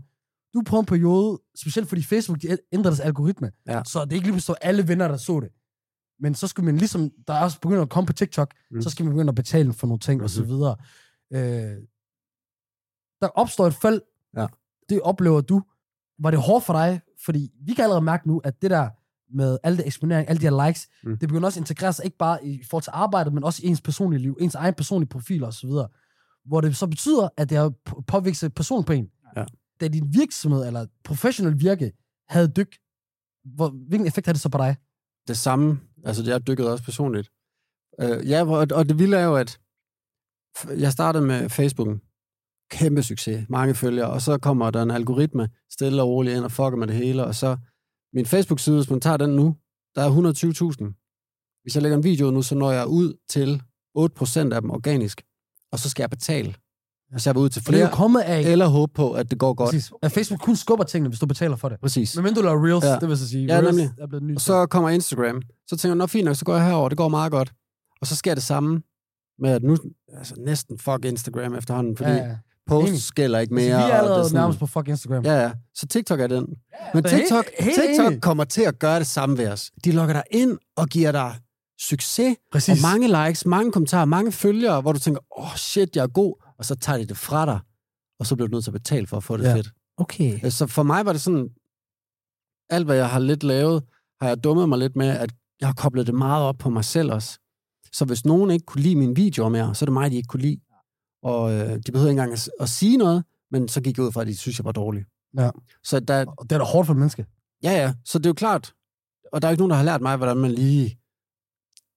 S2: Du er på en periode, specielt fordi Facebook de ændrer deres algoritme.
S3: Ja.
S2: Så det er ikke lige pludselig alle venner, der så det. Men så skulle man ligesom, der er også begyndt at komme på TikTok, mm.
S3: Mm. Mhm.
S2: så skal man begynde at betale for nogle ting mm. og så videre. Øh, der opstår et fald.
S3: Ja.
S2: Det oplever du. Var det hårdt for dig? Fordi vi kan allerede mærke nu, at det der med alle de eksponering, alle de her likes, mm.
S3: Mm.
S2: det begynder også at integrere sig ikke bare i forhold til arbejdet, men også i ens personlige liv, ens egen personlige profil og så videre. Hvor det så betyder, at det har p- påvirket personen på en.
S3: Ja.
S2: Da din virksomhed eller professionel virke havde dyk, hvor, hvilken effekt har det så på dig?
S3: det samme. Altså, jeg dykkede også personligt. Øh, ja, og, og det vilde er jo, at f- jeg startede med Facebook. Kæmpe succes. Mange følgere. Og så kommer der en algoritme stille og roligt ind og fucker med det hele. Og så min Facebook-side, hvis man tager den nu, der er 120.000. Hvis jeg lægger en video nu, så når jeg ud til 8% af dem organisk. Og så skal jeg betale. Hvis jeg vil ud til
S2: For det er
S3: flere,
S2: jo kommet af,
S3: eller håbe på, at det går godt.
S2: præcis, at Facebook kun skubber tingene, hvis du betaler for det.
S3: Præcis.
S2: Men du laver Reels, ja.
S3: Ja.
S2: det vil så sige.
S3: Ja,
S2: Reels
S3: nemlig.
S2: er blevet en ny.
S3: Og så kommer Instagram. Så tænker jeg, nå fint nok, så går jeg herover, det går meget godt. Og så sker det samme med, at nu altså næsten fuck Instagram efterhånden,
S2: ting.
S3: fordi
S2: ja,
S3: ja,
S2: ja. enig.
S3: posts skiller ikke
S2: Mere,
S3: mere.
S2: altså, vi er
S3: og det
S2: allerede
S3: sådan-
S2: nærmest på fuck Instagram.
S3: Ja, ja. Så TikTok er den. Ja, Men
S2: så helt-
S3: TikTok,
S2: helt
S3: TikTok
S2: enig.
S3: kommer til at gøre det samme ved os. De lokker dig ind og giver dig succes,
S2: præcis.
S3: og mange likes, mange kommentarer, mange følgere, hvor du tænker, åh oh, shit, jeg er god, og så tager de det fra dig, og så bliver du nødt til at betale for at få det
S2: Ja.
S3: fedt.
S1: Okay.
S3: Øh, Så for mig var det sådan, alt hvad jeg har lidt lavet, har jeg dummet mig lidt med, at jeg har koblet det meget op på mig selv også. Så hvis nogen ikke kunne lide mine videoer mere, så er det mig, de ikke kunne lide. Og øh, de behøvede ikke engang at, s- at sige noget, men så gik jeg ud fra, at de synes, jeg var dårlig.
S2: Ja.
S3: Så der,
S2: Og det er da hårdt for et menneske.
S3: ja, ja, så det er jo klart. Og der er jo ikke nogen, der har lært mig, hvordan man lige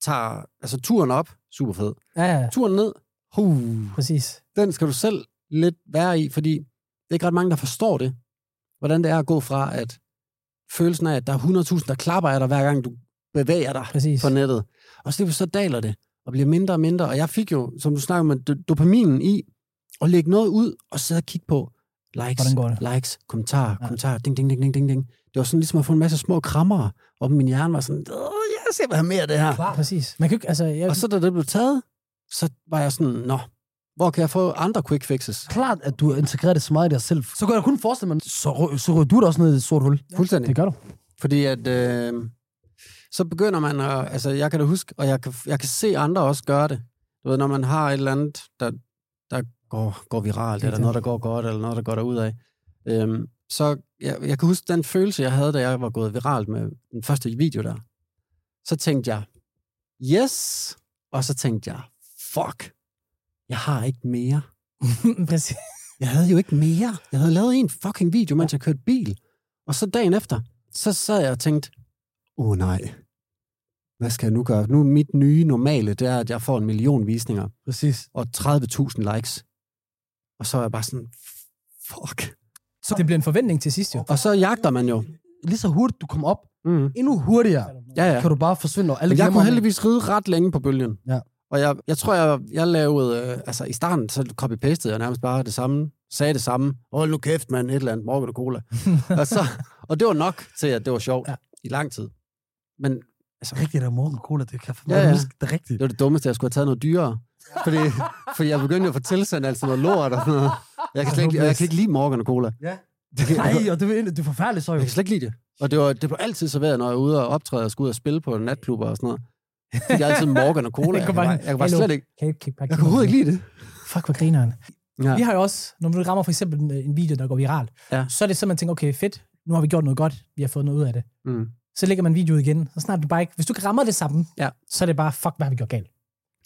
S3: tager, altså turen op, super fed.
S1: Ja, ja,
S3: Turen ned, huh,
S1: præcis.
S3: den skal du selv lidt være i, fordi det er ikke ret mange, der forstår det. Hvordan det er at gå fra, at følelsen af, at der er 100.000, der klapper af dig, hver gang du bevæger dig
S1: Præcis.
S3: på nettet. Og så, så daler det, og bliver mindre og mindre. Og jeg fik jo, som du snakker med, do- dopaminen i, at lægge noget ud, og sidde og kigge på likes,
S1: Hvordan går det?
S3: likes, kommentarer,
S1: Ja.
S3: ja. kommentarer, ding, ding, ding, ding, ding, ding. Det var sådan ligesom at få en masse små krammer, og min hjerne var sådan, "Åh, jeg skal have mere af det her.
S1: Klar. Præcis. Man kan ikke, altså, jeg,
S3: Og så da det blev taget, så var jeg sådan, nå, hvor kan jeg få andre quick fixes?
S2: Klart, at du integrerer det så meget i dig selv. Så kan jeg kun forestille mig, så, rø- så rører du da også ned i et sort hul.
S3: Fuldstændig.
S1: det gør du.
S3: Fordi at, øh, så begynder man at, altså jeg kan da huske, og jeg kan, jeg kan se andre også gøre det. Du ved, når man har et eller andet, der, der går, går viralt, eller noget, der går godt, eller noget, der går derud af. Øhm, så jeg, jeg kan huske den følelse, jeg havde, da jeg var gået viralt med den første video der. Så tænkte jeg, yes, og så tænkte jeg, fuck, jeg har ikke mere.
S1: præcis.
S3: Jeg havde jo ikke mere. Jeg havde lavet en fucking video, mens jeg kørte bil. Og så dagen efter, så sad jeg og tænkte, åh oh, nej, hvad skal jeg nu gøre? Nu er mit nye normale, det er, at jeg får en million visninger
S2: Præcis.
S3: og 30.000 likes. Og så er jeg bare sådan, fuck.
S1: Så det bliver en forventning til sidst jo.
S3: Og så jagter man jo.
S2: Lige så hurtigt du kommer op,
S3: Mm.
S2: endnu hurtigere,
S3: Ja, ja.
S2: kan du bare forsvinde, og alle
S3: Men jeg
S2: glemmer
S3: kunne
S2: om-
S3: heldigvis ride ret længe på bølgen.
S2: Ja.
S3: Og jeg, jeg tror, jeg, jeg lavede... Øh, altså, i starten, så copy-pastede jeg nærmest bare det samme. Sagde det samme. Hold nu kæft, mand. Et eller andet. Morgan og cola. og, så, og det var nok til, at det var sjovt
S1: Ja.
S3: ja. i lang tid. Men altså,
S2: Rigtigt, der er morgen cola, det kan jeg
S3: Ja, ja.
S2: huske, det er rigtigt.
S3: det var det dummeste, jeg skulle have taget noget dyrere. Fordi, for jeg begyndte jo at få tilsendt alt sådan noget lort og sådan noget. Jeg kan slet ikke, og jeg kan ikke lide Morgan og cola.
S2: Ja.
S3: Det kan,
S2: Nej, og det, er- det er forfærdeligt så jo.
S3: jeg kan slet ikke lide det. Og det, var, det blev altid serveret, når jeg var ude og optræde og skulle ud og spille på natklubber og sådan noget. Fik jeg altid Morgan og cola.
S1: Jeg
S3: Jeg
S1: kunne
S3: kan
S1: bare-
S3: bare, jeg kan bare
S1: Hello.
S3: slet ikke,
S1: Kan ikke kigge back.
S3: jeg kan overhovedet ikke lide det.
S1: Fuck, hvor grineren.
S3: Ja.
S1: Vi har jo også, når du rammer for eksempel en, en video, der går viralt,
S3: Ja.
S1: så er det så, man tænker, okay, fedt, nu har vi gjort noget godt, vi har fået noget ud af det.
S3: Mm.
S1: Så lægger man videoet igen, så snart du bare ikke, hvis du ikke rammer det samme,
S3: Ja.
S1: så er det bare, fuck, hvad har vi gjort galt?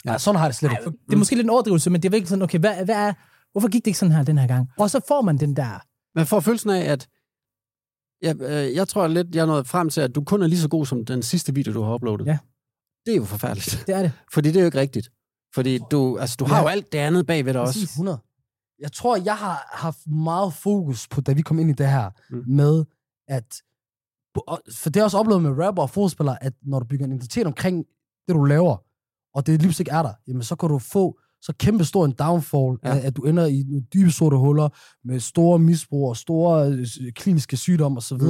S2: Ja, sådan har jeg det slet
S1: Ej,
S2: ikke.
S1: det er måske lidt en overdrivelse, men det er virkelig sådan, okay, hvad, hvad er, hvorfor gik det ikke sådan her den her gang? Og så får man den der,
S3: Man får følelsen af, at jeg, øh, jeg tror lidt, jeg er nået frem til, at du kun er lige så god som den sidste video, du har uploadet.
S1: Ja.
S3: Det er jo forfærdeligt.
S1: det er det.
S3: Fordi det er jo ikke rigtigt. Fordi du, altså, du har
S2: Ja.
S3: jo alt det andet bagved dig også.
S1: Præcis.
S2: 100. Jeg tror, jeg har haft meget fokus på, da vi kom ind i det her, mm.
S3: Mm.
S2: med at... og- For det er også oplevet med rapper og fodspillere, at når du bygger en identitet omkring det, du laver, og det lige pludselig ikke er der, jamen så kan du få så kæmpe stor en downfall,
S3: Ja.
S2: ja. at, at du ender i nogle dybe sorte huller med store misbrug og store øh, s- kliniske sygdomme osv. Mm.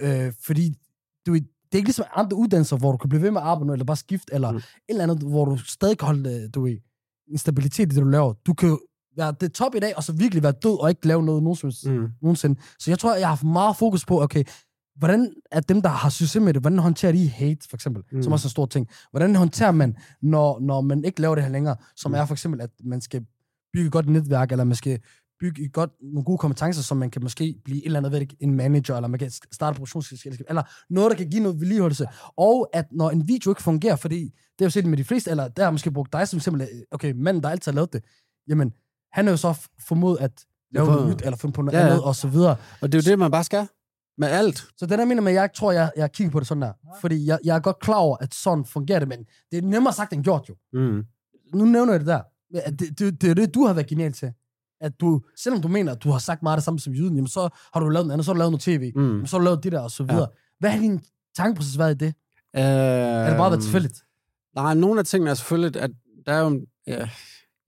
S2: Øh, fordi du, ved, det er ikke ligesom andre uddannelser, hvor du kan blive ved med at arbejde, eller bare skifte, eller
S3: Mm.
S2: mm. et eller andet, hvor du stadig kan holde øh, du ved, en stabilitet i det, du laver. Du kan jo være det top i dag, og så virkelig være død, og ikke lave noget nogensinde. Mm.
S3: Mm.
S2: nogensinde. Så jeg tror, jeg har haft meget fokus på, okay, hvordan er dem, der har succes med det, hvordan håndterer de hate, for eksempel,
S3: Mm.
S2: mm. som også er en stor ting. Hvordan håndterer man, når, når man ikke laver det her længere, som
S3: Mm.
S2: mm. er for eksempel, at man skal bygge et godt netværk, eller man skal bygge et godt, nogle gode kompetencer, som man kan måske blive et eller andet ved det, en manager, eller man kan st- starte et produktionsselskab, eller noget, der kan give noget vedligeholdelse. Og at når en video ikke fungerer, fordi det er jo set med de fleste, eller der har jeg måske brugt dig som simpel, okay, manden, der altid har lavet det, jamen, han er jo så f- formået at lave
S3: Ja, for-
S2: noget nyt, eller finde på noget
S3: Ja,
S2: ja,
S3: ja.
S2: andet, og så videre.
S3: Og det er jo det, man bare skal. Med alt.
S2: Så den der mener med, at jeg ikke tror, jeg, jeg kigger på det sådan der. Fordi jeg, jeg er godt klar over, at sådan fungerer det, men det er nemmere sagt end gjort jo.
S3: Mm.
S2: Nu nævner jeg det der. Ja, at Det, det, det er det, du har været genial til. At du, selvom du mener, at du har sagt meget det samme som jyden, jamen så har du lavet noget andet, så har du lavet noget tv,
S3: Mm.
S2: mm. så har du lavet det der, og så videre. Ja. Hvad har din tankeproces været i det?
S3: Øh,
S2: Er det bare været tilfældigt?
S3: Nej, nogle af tingene er selvfølgelig, at der er jo... en- Ja,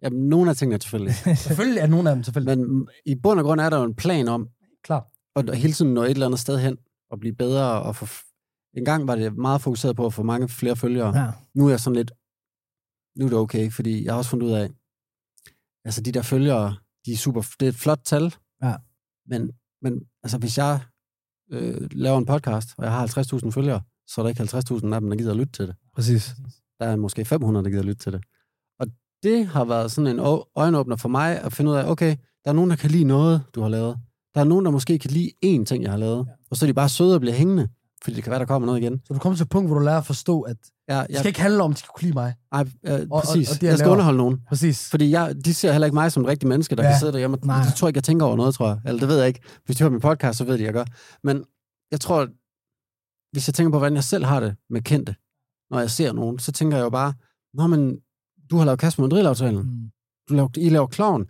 S3: jamen, nogle af tingene er tilfældigt.
S2: Selvfølgelig er nogen af dem tilfældigt.
S3: Men i bund og grund er der jo en plan om,
S2: Klar.
S3: og hele tiden nå et eller andet sted hen og blive bedre. Og få en gang var det meget fokuseret på at få mange flere følgere. Ja.
S1: Ja.
S3: Nu er jeg sådan lidt, nu er det okay, fordi jeg har også fundet ud af, altså de der følgere, de er super, det er et flot tal.
S1: Ja.
S3: Men, men altså hvis jeg øh, laver en podcast, og jeg har 50.000 følgere, så er der ikke 50.000 af dem, der gider at lytte til det.
S2: Præcis.
S3: Der er måske 500, der gider at lytte til det. Og det har været sådan en ø- øjenåbner for mig at finde ud af, okay, der er nogen, der kan lide noget, du har lavet. Der er nogen, der måske kan lide én ting, jeg har lavet. Og så er de bare søde og bliver hængende, fordi det kan være, der kommer noget igen.
S2: Så du kommer til et punkt, hvor du lærer at forstå, at
S3: Ja,
S2: det
S3: jeg,
S2: skal ikke handle om, at de skal kunne lide mig.
S3: ej, øh,
S2: og-
S3: præcis.
S2: og det, jeg
S3: jeg skal
S2: laver.
S3: underholde nogen.
S2: Præcis.
S3: Fordi jeg, de ser heller ikke mig som et rigtigt menneske, der ja.
S2: Ja.
S3: kan sidde derhjemme. og-
S1: Nej.
S3: Det tror jeg ikke, jeg tænker over noget, tror jeg. Eller det ved jeg ikke. Hvis de hører min podcast, så ved de, jeg gør. Men jeg tror, hvis jeg tænker på, hvordan jeg selv har det med kendte, når jeg ser nogen, så tænker jeg jo bare, Nå, men du har lavet Kasper Madrid-aftalen.
S1: Mm.
S3: du laver, I laver clown.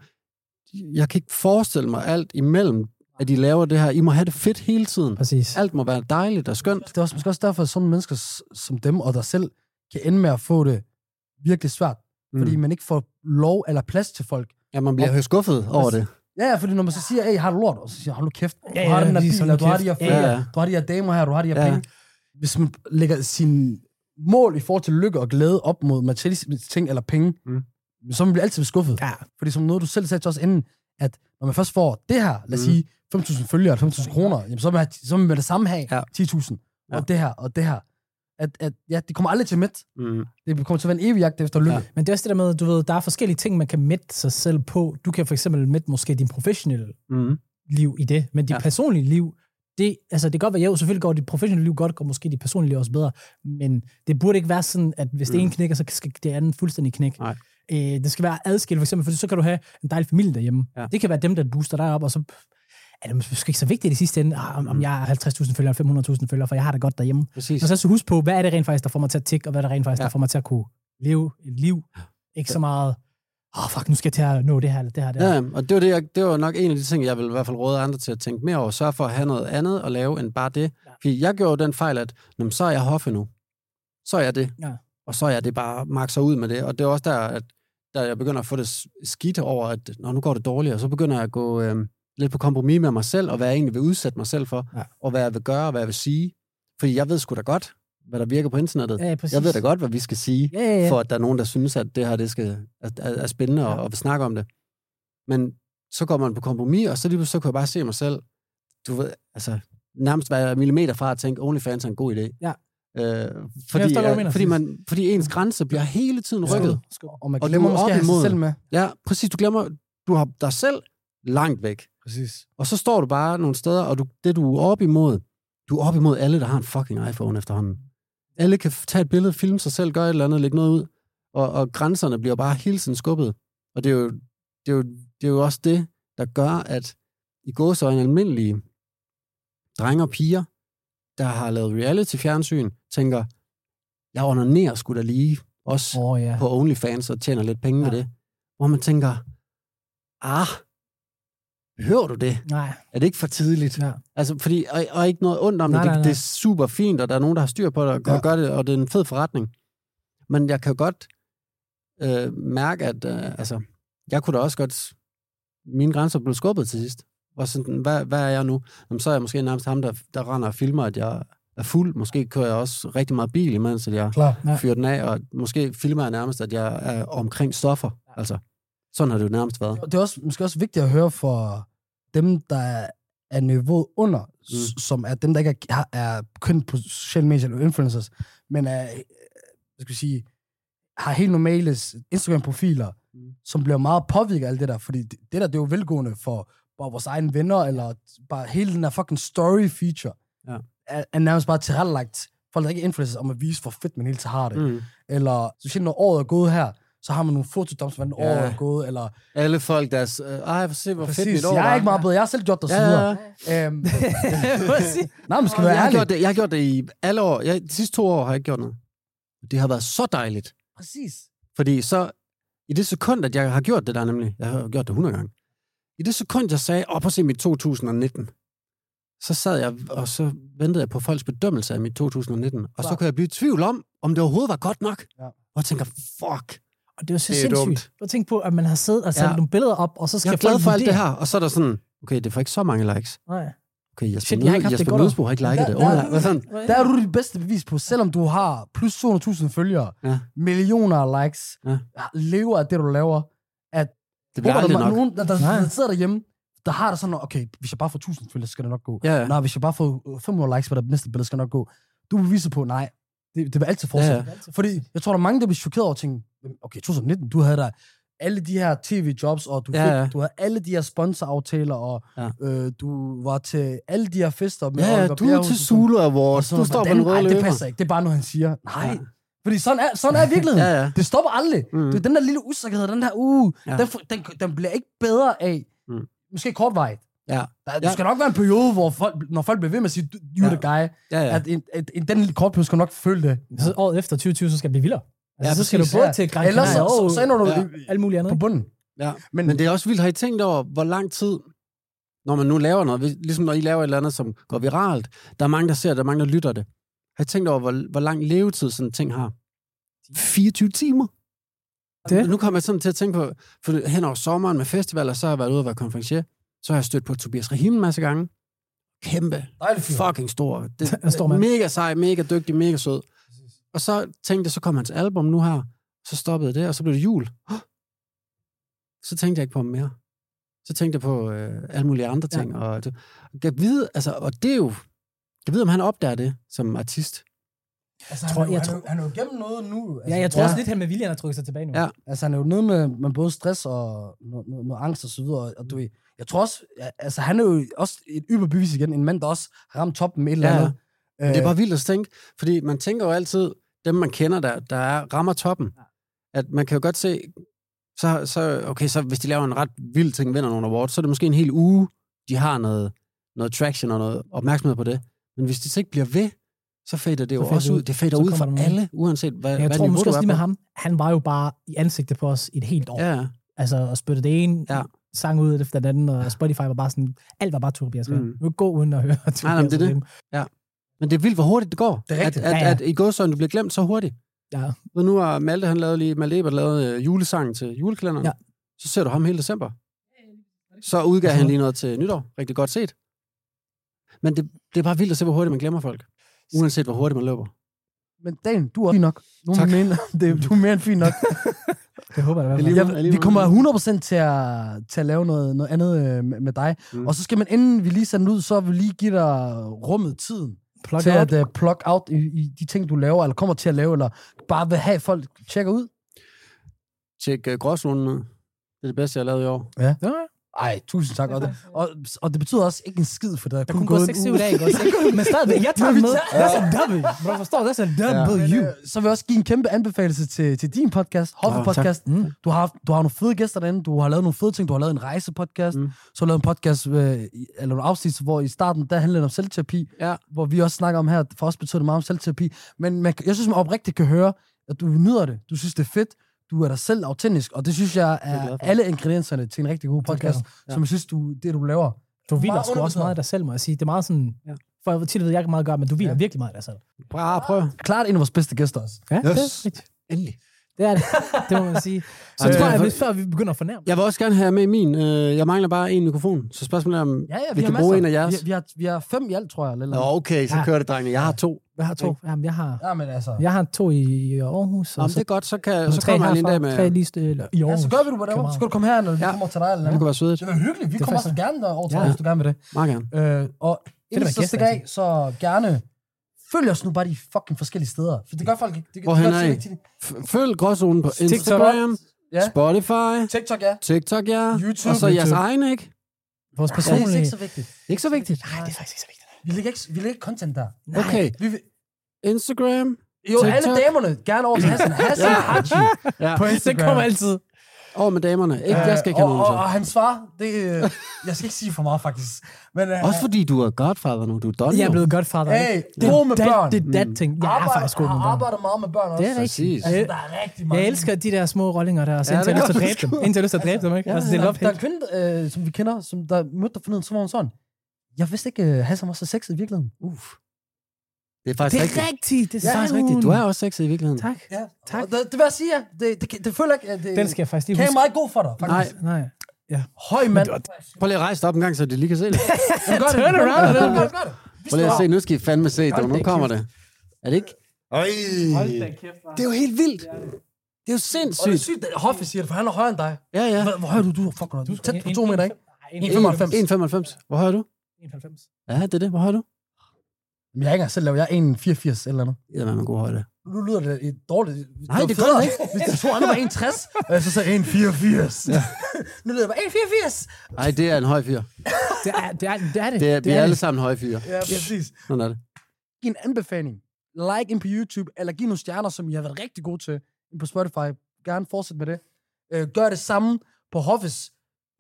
S3: Jeg kan ikke forestille mig alt imellem, at I laver det her. I må have det fedt hele tiden.
S1: Præcis.
S3: Alt må være dejligt og skønt.
S2: Det er også, måske også derfor, at sådan mennesker s- som dem og dig selv kan ende med at få det virkelig svært. Mm. Fordi man ikke får lov eller plads til folk.
S3: Ja, man bliver skuffet over det.
S2: Ja, ja, fordi når man så siger, hey, har du lort? Og så siger jeg, hold nu kæft. Du
S1: Ja,
S2: har
S1: ja,
S2: den der
S1: lige
S2: bil,
S1: sådan
S2: og du har de
S1: kæft.
S2: her
S1: Ja,
S2: ferier,
S3: ja.
S2: du har de her damer her, du har de her
S3: Ja.
S2: ja. penge. Hvis man lægger sin mål i forhold til lykke og glæde op mod materielle ting eller penge,
S3: Mm.
S2: så bliver man altid skuffet.
S1: Ja.
S2: Fordi som noget, du selv sagde til os inden, at når man først får det her, lad os
S3: Mm.
S2: sige 5.000 følgere, 5.000 kroner, jamen, så vil man, have- så vil man det samme have
S3: Ja.
S2: 10.000, og
S3: Ja.
S2: det her, og det her. At, at, ja, det kommer aldrig til midt.
S3: Mm.
S2: Det kommer til at være en evig jagt efter lykke.
S3: Ja.
S2: Ja.
S1: Men det er også det der med, du ved, der er forskellige ting, man kan mætte sig selv på. Du kan for eksempel mætte måske din professionelle
S3: Mm.
S1: liv i det, men dit
S3: Ja.
S1: ja. personlige liv, det, altså det kan godt være, jo, selvfølgelig går dit professionelle liv godt, går måske dit personlige liv også bedre, men det burde ikke være sådan, at hvis mm. det
S3: Mm.
S1: ene knækker, så skal det andet fuldstændig knække.
S3: Nej.
S1: Øh, det skal være adskilt, for eksempel, for så kan du have en dejlig familie derhjemme.
S3: Ja.
S1: Ja. Det kan være dem, der booster dig op, og så er det måske ikke så vigtigt i sidste ende, ah, om, om jeg har 50.000 følgere eller 500.000 følgere, for jeg har det godt derhjemme.
S3: Mm. Præcis.
S1: Og så altså husk på, hvad er det rent faktisk, der får mig til at tikke, og hvad er det rent faktisk,
S3: Ja.
S1: ja. der får mig til at kunne leve et liv. Ikke så meget, åh oh, fuck, nu skal jeg til at nå det her, eller det her, det her.
S3: Ja, og det var, det, jeg, det var nok en af de ting, jeg vil i hvert fald råde andre til at tænke mere over. Sørg for at have noget andet at lave end bare det.
S1: Ja.
S3: Fordi jeg gjorde den fejl, at "Nå, men så er jeg hoffe nu. Så er jeg det.
S1: Ja.
S3: Og så er jeg det bare makser ud med det. Og det er også der, at der jeg begynder at få det s- skidt over, at Nå, nu går det dårligt, og så begynder jeg at gå øh, lidt på kompromis med mig selv, og hvad jeg egentlig vil udsætte mig selv for,
S1: Ja.
S3: og hvad jeg vil gøre, og hvad jeg vil sige. Fordi jeg ved sgu da godt, hvad der virker på internettet.
S1: Ja, ja, præcis.
S3: jeg ved da godt, hvad vi skal sige
S1: Ja, ja, ja.
S3: for at der er nogen, der synes, at det her det skal, er, er er spændende og, og vil snakke om det. Men så går man på kompromis, og så lige pludselig så kunne jeg bare se mig selv, du ved, altså nærmest være millimeter fra at tænke, OnlyFans er en god idé.
S1: Ja.
S3: Øh,
S1: jeg
S3: fordi,
S1: forstår, hvad du
S3: ja,
S1: mener, Mm.
S3: fordi, man, fordi ens grænse bliver hele tiden rykket.
S2: Og man
S3: Og
S2: glemmer
S3: leve op
S2: måske at have sig
S3: imod.
S2: selv med.
S3: Ja, præcis. Du glemmer, du har dig selv langt væk.
S2: Præcis.
S3: Og så står du bare nogle steder, og du, det du er op imod, du er op imod alle, der har en fucking iPhone efterhånden. Alle kan f- tage et billede, filme sig selv, gøre et eller andet, lægge noget ud, og, og grænserne bliver bare hele tiden skubbet. Og det er jo, det er jo, det er jo også det, der gør, at i går så en almindelige drenge og piger, der har lavet reality-fjernsyn, tænker, jeg onanerer sgu da lige også
S1: Åh, oh, ja.
S3: på OnlyFans og tjener lidt penge ja.
S1: Ja.
S3: ved det. Hvor man tænker, ah, behøver du det?
S1: Nej.
S3: Er det ikke for tidligt?
S1: Ja.
S3: Altså, fordi, og, og ikke noget ondt om nej, det. Nej, nej. Det er super fint, og der er nogen, der har styr på det og, ja.
S2: Ja.
S3: gør det, og det er en fed forretning. Men jeg kan jo godt øh, mærke, at øh, altså, jeg kunne da også godt... Mine grænser blev skubbet til sidst. Og sådan, hvad, hvad er jeg nu? Jamen, så er jeg måske nærmest ham, der, der render og filmer, at jeg er fuld. Måske kører jeg også rigtig meget bil imens, at jeg
S2: Klar.
S1: Ja.
S3: ja. fyrer den af, og måske filmer jeg nærmest, at jeg er omkring stoffer. Altså, sådan har det jo nærmest været.
S2: Og det er også, måske også vigtigt at høre for dem, der er niveauet under, mm. som er dem, der ikke er, har- er køn på sociale medier eller influencers, men er, øh, hvad skal jeg sige, har helt normale s- Instagram-profiler, mm. som bliver meget påvirket af alt det der, fordi det, det der, det er jo velgående for bare vores egne venner, eller bare hele den der fucking story-feature,
S3: Ja.
S2: er, er nærmest bare tilrettelagt folk, der ikke er influencers, om at vise, hvor fedt man hele tiden har det. Mm.
S3: Mm.
S2: Eller, så når året er gået her, så har man nogle fotodoms, hvordan
S3: Ja.
S2: året er gået, eller
S3: Alle folk, deres... Øh, Ej, for se, hvor fedt
S2: Præcis.
S3: mit år
S2: jeg er
S3: var."
S2: ikke meget bedre. Jeg har selv gjort det og så
S3: Ja, ja,
S2: videre.
S3: ja.
S2: Øhm,
S1: Præcis.
S2: nej, man skal
S3: Jeg
S2: være
S3: har,
S2: ærlig.
S3: gjort det, jeg har gjort det i alle år. Jeg, de sidste to år har jeg ikke gjort noget. Det har været så dejligt.
S2: Præcis.
S3: Fordi så, i det sekund, at jeg har gjort det der nemlig, jeg har gjort det 100 gange, i det sekund, jeg sagde, åh, prøv at se mit 2019, så sad jeg, og så ventede jeg på folks bedømmelse af mit 2019, og så
S2: Klar.
S3: kunne jeg blive i tvivl om, om det overhovedet var godt nok.
S2: Ja.
S3: Og jeg tænker, fuck,
S1: Og det er jo så
S3: Det er
S1: sindssygt.
S3: dumt.
S1: Prøv at tænke på, at man har siddet og sat ja.
S3: Ja.
S1: nogle billeder op, og så skal
S3: jeg er glad
S1: folk
S3: for alt
S1: vurdere.
S3: det her. Og så er der sådan, okay, det får ikke så mange likes.
S1: Nej.
S3: Okay, Jesper,
S1: Shit, jeg har ikke haft
S3: Nød-
S1: det
S3: Jesper
S1: godt.
S3: Nødsbo har ikke liket
S2: Der-
S3: det.
S2: der-
S3: Oh, ja. Hvad sådan?
S2: Der er du det bedste bevis på, selvom du har plus 200.000 følgere,
S3: Ja.
S2: millioner af likes,
S3: Ja.
S2: lever af det, du laver, at
S3: Det
S2: hvor
S3: bliver
S2: er
S3: aldrig
S2: der
S3: nok.
S2: nogen, der, der,
S1: Nej.
S2: der sidder derhjemme, der har det sådan, okay, hvis jeg bare får 1000 følgere, så skal det nok gå.
S3: Ja, ja.
S2: Nej, hvis jeg bare får øh, 500 likes på det næste billede, skal det nok gå. Du beviser på, nej, det, det vil altid fortsætte.
S3: Ja, ja.
S2: Fordi jeg tror, der er mange, der bliver chokeret over ting. Okay, 2019, du havde der alle de her tv-jobs, og du, fik,
S3: Ja,
S2: ja,
S3: ja.
S2: ja. du havde alle de her sponsoraftaler, og
S3: Ja.
S2: ja. øh, du var til alle de her fester. Med
S3: Ja,
S2: Oliver
S3: du er
S2: Bjerrehus
S3: til
S2: og sådan.
S3: Zulu
S2: Og
S3: Awards,
S2: så
S3: du
S2: var
S3: står på
S2: hvordan?
S3: den røde
S2: Ej, det
S3: løber.
S2: passer ikke. Det er bare noget, han siger. Nej.
S3: Ja.
S2: Ja. Fordi sådan er, sådan er virkeligheden.
S3: Ja, ja.
S2: Det stopper aldrig.
S3: Mm.
S2: Mm. Det er den der lille usikkerhed, den der uge,
S3: Ja.
S2: ja. den, får- den, den bliver ikke bedre af,
S3: Mm.
S2: mm. måske kortvarigt.
S3: Ja.
S2: Der, der
S3: Ja.
S2: skal nok være en periode, hvor folk, når folk bliver ved med at sige, "Du- you the
S3: Ja.
S2: guy,
S3: Ja,
S2: ja.
S3: ja.
S2: at en, at en, den lille kort periode skal nok følge det.
S1: Så året efter 2020, så skal det blive vildere. Altså, ja,
S3: Ja,
S1: så skal du
S2: præcis,
S1: både
S2: ja.
S1: til Gran
S2: Ellers så,
S1: Canaria
S2: så,
S1: og
S2: så ender du
S3: Ja.
S2: i-
S1: alt muligt andet.
S2: på
S1: ikke?
S2: bunden.
S3: Ja.
S2: Men,
S3: Men det er også vildt, har I tænkt over, hvor lang tid, når man nu laver noget, hvis- ligesom når I laver et eller andet, som går viralt, der er mange, der ser det, der er mange, der lytter det. Har I tænkt over, hvor, hvor lang levetid sådan en ting har? 24 timer.
S1: Det?
S3: Nu kommer jeg sådan til at tænke på, for hen over sommeren med festivaler, så har jeg været ude og være konferencier, så har jeg stødt på Tobias Rahim en masse gange. Kæmpe,
S2: Dejlig fyr.
S3: fucking stor. Det,
S1: En stor mand.
S3: Mega sej, mega dygtig, mega sød. Og så tænkte jeg, så kom hans album nu her, så stoppede det, og så blev det jul. Hå! Så tænkte jeg ikke på ham mere. Så tænkte jeg på øh, alle mulige andre
S1: Ja.
S3: ting. Og, det, jeg vide, altså, og det er jo... Jeg ved, om han opdager det som artist.
S2: altså,
S1: tror- jeg
S2: jo- han er jo gennem noget nu. Altså,
S1: Ja, jeg tror
S2: ja.
S1: også lidt, han med viljen har trykket sig tilbage nu.
S3: Ja.
S2: Altså, han er jo nede med, med både stress og noget, noget, noget angst og så videre. Og du ved, jeg tror også, ja, altså, han er jo også et yberbevis igen. En mand, der også har ramt toppen med et eller
S3: Ja, ja.
S2: andet. Øh, Ja.
S1: Øh.
S3: Men det er bare vildt at tænke, fordi man tænker jo altid, dem man kender, der, der er, rammer toppen, at man kan jo godt se, så, så, okay, så hvis de laver en ret vild ting, vinder nogle awards, så er det måske en hel uge, de har noget, noget traction og noget opmærksomhed på det. Men hvis det så ikke bliver ved, så fader det jo
S1: Så fader
S3: også
S1: det
S3: ud.
S1: ud.
S3: Det fader
S1: Så
S3: ud
S1: kommer
S3: for
S1: der nogen.
S3: alle, uanset hvad,
S1: Jeg
S3: hvad
S1: tror
S3: niveau
S1: måske
S3: du
S1: også
S3: er
S1: lige med
S3: på.
S1: ham, han var jo bare i ansigtet på os i et helt år.
S3: Ja, ja.
S1: Altså, og spyttede det ene
S3: Ja.
S1: sang ud efter den anden, og Spotify var bare sådan, alt var bare Tobias Rahim.
S3: Mm.
S1: Du kan ikke gå uden at høre Tobias
S3: nej, men det er det.
S1: Rahim.
S3: Men det er vildt, hvor hurtigt det går.
S2: Det er
S3: at,
S2: rigtigt.
S3: at,
S1: Ja, ja.
S3: at, i godsøjne, du bliver glemt så hurtigt.
S1: Ja.
S3: Ved nu har Malte, han lavede lige, Malte Ebert lavede øh, julesangen til julekalenderen.
S1: Ja.
S3: Så ser du ham hele december. Så udgav han lige noget til nytår. Rigtig godt set. Men det, det er bare vildt at se, hvor hurtigt man glemmer folk. Uanset hvor hurtigt man løber.
S2: Men Dan, du er fin nok. Nogen
S3: Tak.
S2: tak. Mener, det, er- du er mere end fin nok.
S1: Det håber jeg da i hvert fald.
S3: Alligevel-
S2: Jeg, vi
S3: alligevel.
S2: kommer 100% til at, til at lave noget, noget andet øh, med med dig.
S3: Mm.
S2: Mm. Og så skal man, inden vi lige sender den ud, så vil vi lige give dig rummet, tiden.
S1: Plug
S2: til
S1: out.
S2: at uh, plug out i, i de ting, du laver, eller kommer til at lave, eller bare vil have folk tjekker ud?
S3: Tjek uh, gråzonen ud. Det er det bedste, jeg har lavet i år.
S1: Ja,
S2: Ej, tusind tak. Og det, og, og det betyder også ikke en skid, for der, er
S1: der
S2: kun,
S1: kunne gå
S2: gået en
S1: 6-7
S2: uge.
S1: dage, ikke også? ikke? Men stadigvæk, jeg tager
S2: Men vi
S1: med.
S2: tager-
S1: That's a W. Bro, forstår, that's a W.
S2: Men, øh, Så vil jeg også give en kæmpe anbefaling til, til din podcast, Hoffe Podcast.
S1: Mm.
S2: Du har, haft- du har nogle fede gæster derinde, du har lavet nogle fede ting, du har lavet en rejsepodcast,
S3: Mm.
S2: mm. så har du lavet en podcast, øh, i- eller en afsnit, hvor i starten, der handlede det om selvterapi,
S3: Ja.
S2: hvor vi også snakker om her, for os betyder det meget om selvterapi, men man, kan- jeg synes, man oprigtigt kan høre, at du nyder det, du synes, det er fedt, du er dig selv autentisk, og det synes jeg
S3: er jeg
S2: er
S3: glad for.
S2: alle ingredienserne til en rigtig god podcast,
S3: Ja.
S2: ja. som jeg synes, du, det du laver.
S1: Du hviler
S2: Meget
S1: sgu også
S2: underbetalt.
S1: meget af dig selv, må jeg sige. Det er meget sådan...
S3: Ja.
S1: For jeg tit ved, jeg kan meget gøre, men du hviler virkelig meget af dig selv.
S3: Bare prøv.
S2: Klart en af vores bedste gæster også.
S1: Ja,
S3: Yes.
S1: det er rigtigt.
S3: Endelig.
S1: Det Det er det. Det må man sige. Så
S3: Ej,
S1: tror
S3: det
S1: jeg,
S3: er-
S1: at hvis før vi begynder at fornærme.
S3: Jeg vil også gerne have jer med i min. Øh, jeg mangler bare en mikrofon, så spørgsmålet er, om...
S2: Ja, ja, vi,
S3: Vi
S2: har
S3: kan bruge
S2: masser.
S3: en af jeres.
S2: Vi, vi, har, vi har fem i alt, tror jeg. Eller et
S3: Nå,
S2: eller andet.
S3: okay, så
S1: Ja.
S3: kører det, drengene. Jeg har to.
S1: Jeg har to. Jamen, jeg har,
S2: Ja, men altså.
S1: jeg har to i i Aarhus.
S3: Nå,
S1: Og
S3: men det
S1: så,
S3: er godt, så, kan,
S1: og
S3: så
S1: tre
S3: kommer jeg lige en dag
S1: herfra,
S3: med...
S1: Tre lige stille- eller- i
S2: Ja,
S1: Aarhus.
S2: så gør vi det på
S1: København.
S2: Så skal du komme her, når vi
S3: Ja.
S2: kommer til dig. Eller
S3: Det kunne
S2: noget.
S3: være sødt.
S2: Det var hyggeligt. Vi
S1: Det er
S2: kommer
S1: fedt.
S2: gerne der over til
S1: Ja.
S2: dig, hvis du gerne vil det.
S3: Meget gerne.
S2: Øh, og inden
S1: være
S2: vi så
S1: gæst,
S2: stikker af,
S1: altså.
S2: så gerne følg os nu bare de fucking forskellige steder. For det gør folk ikke. Det,
S3: Hvorhen
S2: det gør
S3: er I?
S2: ikke til det.
S3: F- Følg Gråzonen på Instagram,
S2: Ja.
S3: Spotify,
S2: TikTok, ja.
S3: TikTok, ja.
S2: YouTube.
S3: Og så jeres
S2: YouTube.
S3: egen, ikke?
S1: Vores
S2: Det er
S1: personlige...
S2: ikke så vigtigt.
S3: Det er ikke så vigtigt.
S1: Nej, det er faktisk ikke så vigtigt.
S2: Vi lægger ikke, vi lægger ikke content der.
S3: Okay,
S2: Vi vil,
S3: Instagram.
S2: jo,
S3: TikTok.
S2: alle damerne gerne over til Hassan. Hassan
S3: Ja.
S2: Haji.
S3: Ja.
S1: På Instagram. Det kommer altid.
S3: Over med damerne. Ikke, jeg skal ikke
S2: Øh,
S3: have
S2: og,
S3: nogen
S2: og,
S3: så.
S2: og hans far, det, øh, jeg skal ikke sige for meget faktisk. Men, øh,
S3: Også fordi du er godfather nu. Du er Don.
S1: Jeg er
S3: jo.
S1: blevet godt far dig.
S2: Hey, god med børn.
S1: Det er dat ting. Jeg er
S2: arbejder,
S1: faktisk god med
S2: har
S1: børn.
S2: arbejdet meget med børn også.
S1: Det er rigtigt.
S3: Præcis.
S2: Altså, der er rigtig mange.
S1: Jeg elsker de der små rollinger der, og så
S3: Ja,
S1: indtil jeg
S3: det
S1: har lyst til at
S3: gør
S1: dræbe
S3: du
S1: dem. Indtil jeg har lyst til at dræbe dem, ikke? Altså, det er
S2: der,
S1: love
S2: der er en kvinde, øh, som vi kender, som der mødte dig forneden, så var hun sådan. Jeg vidste ikke, at Hassan var så sexet i virkeligheden.
S3: Uff. Det er
S1: Det
S3: faktisk
S1: er
S3: rigtigt.
S1: Altså, rigtigt. Det
S3: Det
S1: sagde
S3: er faktisk
S1: hun.
S3: rigtigt. Du er også sexet i virkeligheden.
S1: Tak.
S2: Ja,
S1: tak.
S2: Og Det, det vil jeg sige, ja. Det, det, det, det føler jeg ikke, at det,
S1: Den skal jeg faktisk lige
S2: kan jeg
S1: huske.
S2: meget god for dig,
S3: Nej,
S2: faktisk.
S1: Nej.
S2: Høj mand.
S3: prøv lige at rejse dig op en gang, så de lige kan se det.
S2: Jamen, gør det.
S1: Turn around a little
S2: Gør
S1: bit.
S2: det, gør det. Vi
S3: Prøv lige at
S2: står
S3: se,
S2: her.
S3: nu skal I fandme se det.
S1: Hold
S3: Nu
S1: da
S3: kommer det. Er det ikke? Øj.
S1: kæft,
S3: Det er jo helt vildt. Det er jo
S2: Og det er
S3: sindssygt.
S2: sygt, at Hoffe siger det, for han er højere end dig.
S3: Ja, ja.
S2: Hvor, hvor høj er du? Du er fucking høj. Du er tæt på to meter, ikke? 1,95.
S3: 1,95. Hvor høj er du?
S1: 1,95.
S3: Ja, det er det. Hvor høj er du?
S2: Men jeg er ikke engang selv lavet. Jeg er 1,84 eller noget.
S3: Ja, man er god højde.
S2: Nu lyder det et dårligt.
S3: Nej, det gør det ikke.
S2: Hvis de to andre var 1,60, og jeg så sagde 1,84. Ja. nu lyder det bare 1,84.
S3: Nej, det er en høj fyr.
S1: Det er det. Er, det, er det.
S3: Det er, vi er alle sammen høje fyre.
S2: Ja, præcis.
S3: Sådan er det.
S2: Giv en anbefaling. Like ind på YouTube, eller giv nogle stjerner, som I har været rigtig gode til ind på Spotify. Gerne fortsæt med det. Øh, gør det samme på Hoffes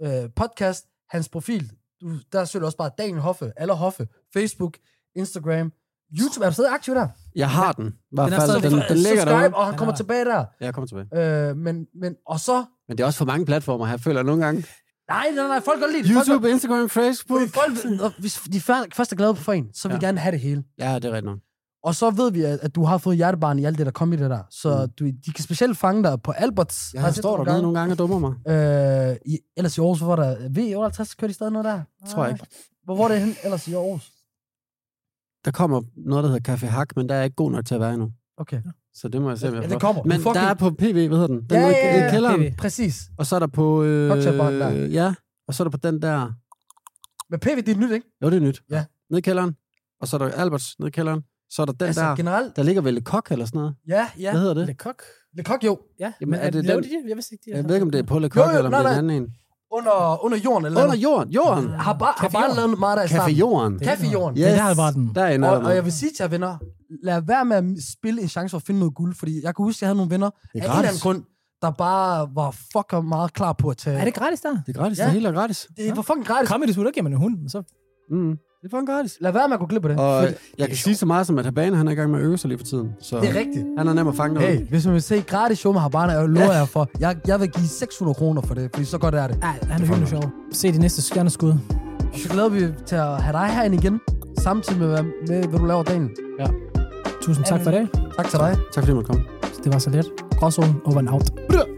S2: øh, podcast, hans profil. Du, der søger du også bare Daniel Hoffe, eller Hoffe, Facebook, Instagram, YouTube. Er du stadig aktiv der?
S3: Jeg har den. I hvert
S1: Den er
S3: fald,
S1: stadig-
S3: den, den ligger
S2: Subscribe,
S3: derude.
S2: og han kommer
S1: Ja.
S2: tilbage der.
S3: Ja, Jeg kommer tilbage.
S2: Øh, men, men, og så...
S3: Men det er også for mange platformer her, føler jeg nogle gange.
S2: Nej, nej, nej, folk kan lide det. Folk kan-
S3: YouTube, Instagram,
S2: Fordi
S3: Facebook.
S2: folk, og hvis de før- først er glade for en, så vil ja.
S3: Ja.
S2: gerne have det hele.
S3: Ja, det er rigtigt nok.
S2: Og så ved vi, at, at du har fået hjertebarn i alt det, der kom i det der. Så mm. du, de kan specielt fange dig på Alberts.
S3: Jeg står der nede nogle gange og dummer mig.
S2: gange. Øh, i, ellers i Aarhus, hvor var der V58, kører de stadig noget der?
S3: Tror jeg ikke.
S2: Hvor, hvor er det hen ellers i Aarhus?
S3: Der kommer noget, der hedder Café Hak, men der er jeg ikke god nok til at være endnu.
S2: Okay.
S3: Så det må jeg se, om jeg
S2: Ja,
S3: får.
S2: det kommer.
S3: Men
S2: Du fucking-
S3: der er på PV, hvad hedder den? Den
S2: Ja,
S3: ude i-
S2: ja, ja,
S3: i kælderen.
S1: PV.
S2: Præcis.
S3: Og så er der på... Øh,
S2: Cocktailbaren der.
S3: ja, og så er der på den der...
S2: Men PV, det er nyt, ikke?
S3: Jo, det er nyt.
S2: Ja.
S3: Nede i kælderen. Og så er der Alberts nede i kælderen. Så er der den altså, der.
S2: generelt.
S3: Der ligger vel et kok eller sådan noget.
S2: Ja, ja.
S3: Ja. Hvad hedder det?
S1: Le Coq.
S2: Le Coq, jo.
S1: Ja,
S3: Jamen,
S1: men
S3: er
S1: er
S3: det
S1: det laver
S3: den-
S1: de det? Jeg vidste ikke, de
S3: Jeg ved ikke, om det er på Le
S2: Jo,
S3: Coq,
S2: jo,
S3: eller om det er
S2: nej,
S3: en anden en.
S2: Under, under jorden Altså, eller
S3: Under jorden. Jorden.
S1: Ah.
S2: Har bare, har
S1: Café
S2: bare
S1: Jorden.
S2: lavet meget der i
S3: Café
S2: starten.
S3: Jorden.
S1: Det-
S2: Café Jorden.
S1: Ja. der var den.
S3: Der er en
S2: Og,
S3: og,
S2: og jeg vil sige til jer venner, lad være med at spille en chance for at finde noget guld, fordi jeg kan huske, at jeg havde nogle venner af
S3: Det
S2: en
S3: er
S2: eller anden
S3: gratis.
S2: grund, der bare var fucking meget klar på at tage...
S1: Er det gratis der?
S3: Det er gratis.
S2: Ja.
S3: Ja. Det hele er gratis.
S2: det var fucking gratis.
S1: Kom i det ud, der giver man en hund. Så
S3: Mm. Det er fucking gratis.
S2: Lad være med at gå glip af det.
S3: Og
S2: fordi
S3: jeg kan sige så meget som, at Habane, han er i gang med at øve sig lige for tiden. Så
S2: det er rigtigt.
S3: han er nem at fange noget.
S2: Hey, hvis man vil se gratis show med Habana, jeg lover jer for, jeg, jeg vil give 600 kroner for det, fordi så godt er det.
S1: Ej, han er virkelig sjov. Se de næste stjerneskud.
S2: Og så glæder vi til at have dig herinde igen, samtidig med, hvad- med hvad du laver dagen.
S1: Tusind tak for det.
S2: Tak til dig.
S3: Tak fordi du måtte komme.
S1: Det var så let. Gråzonen over and out.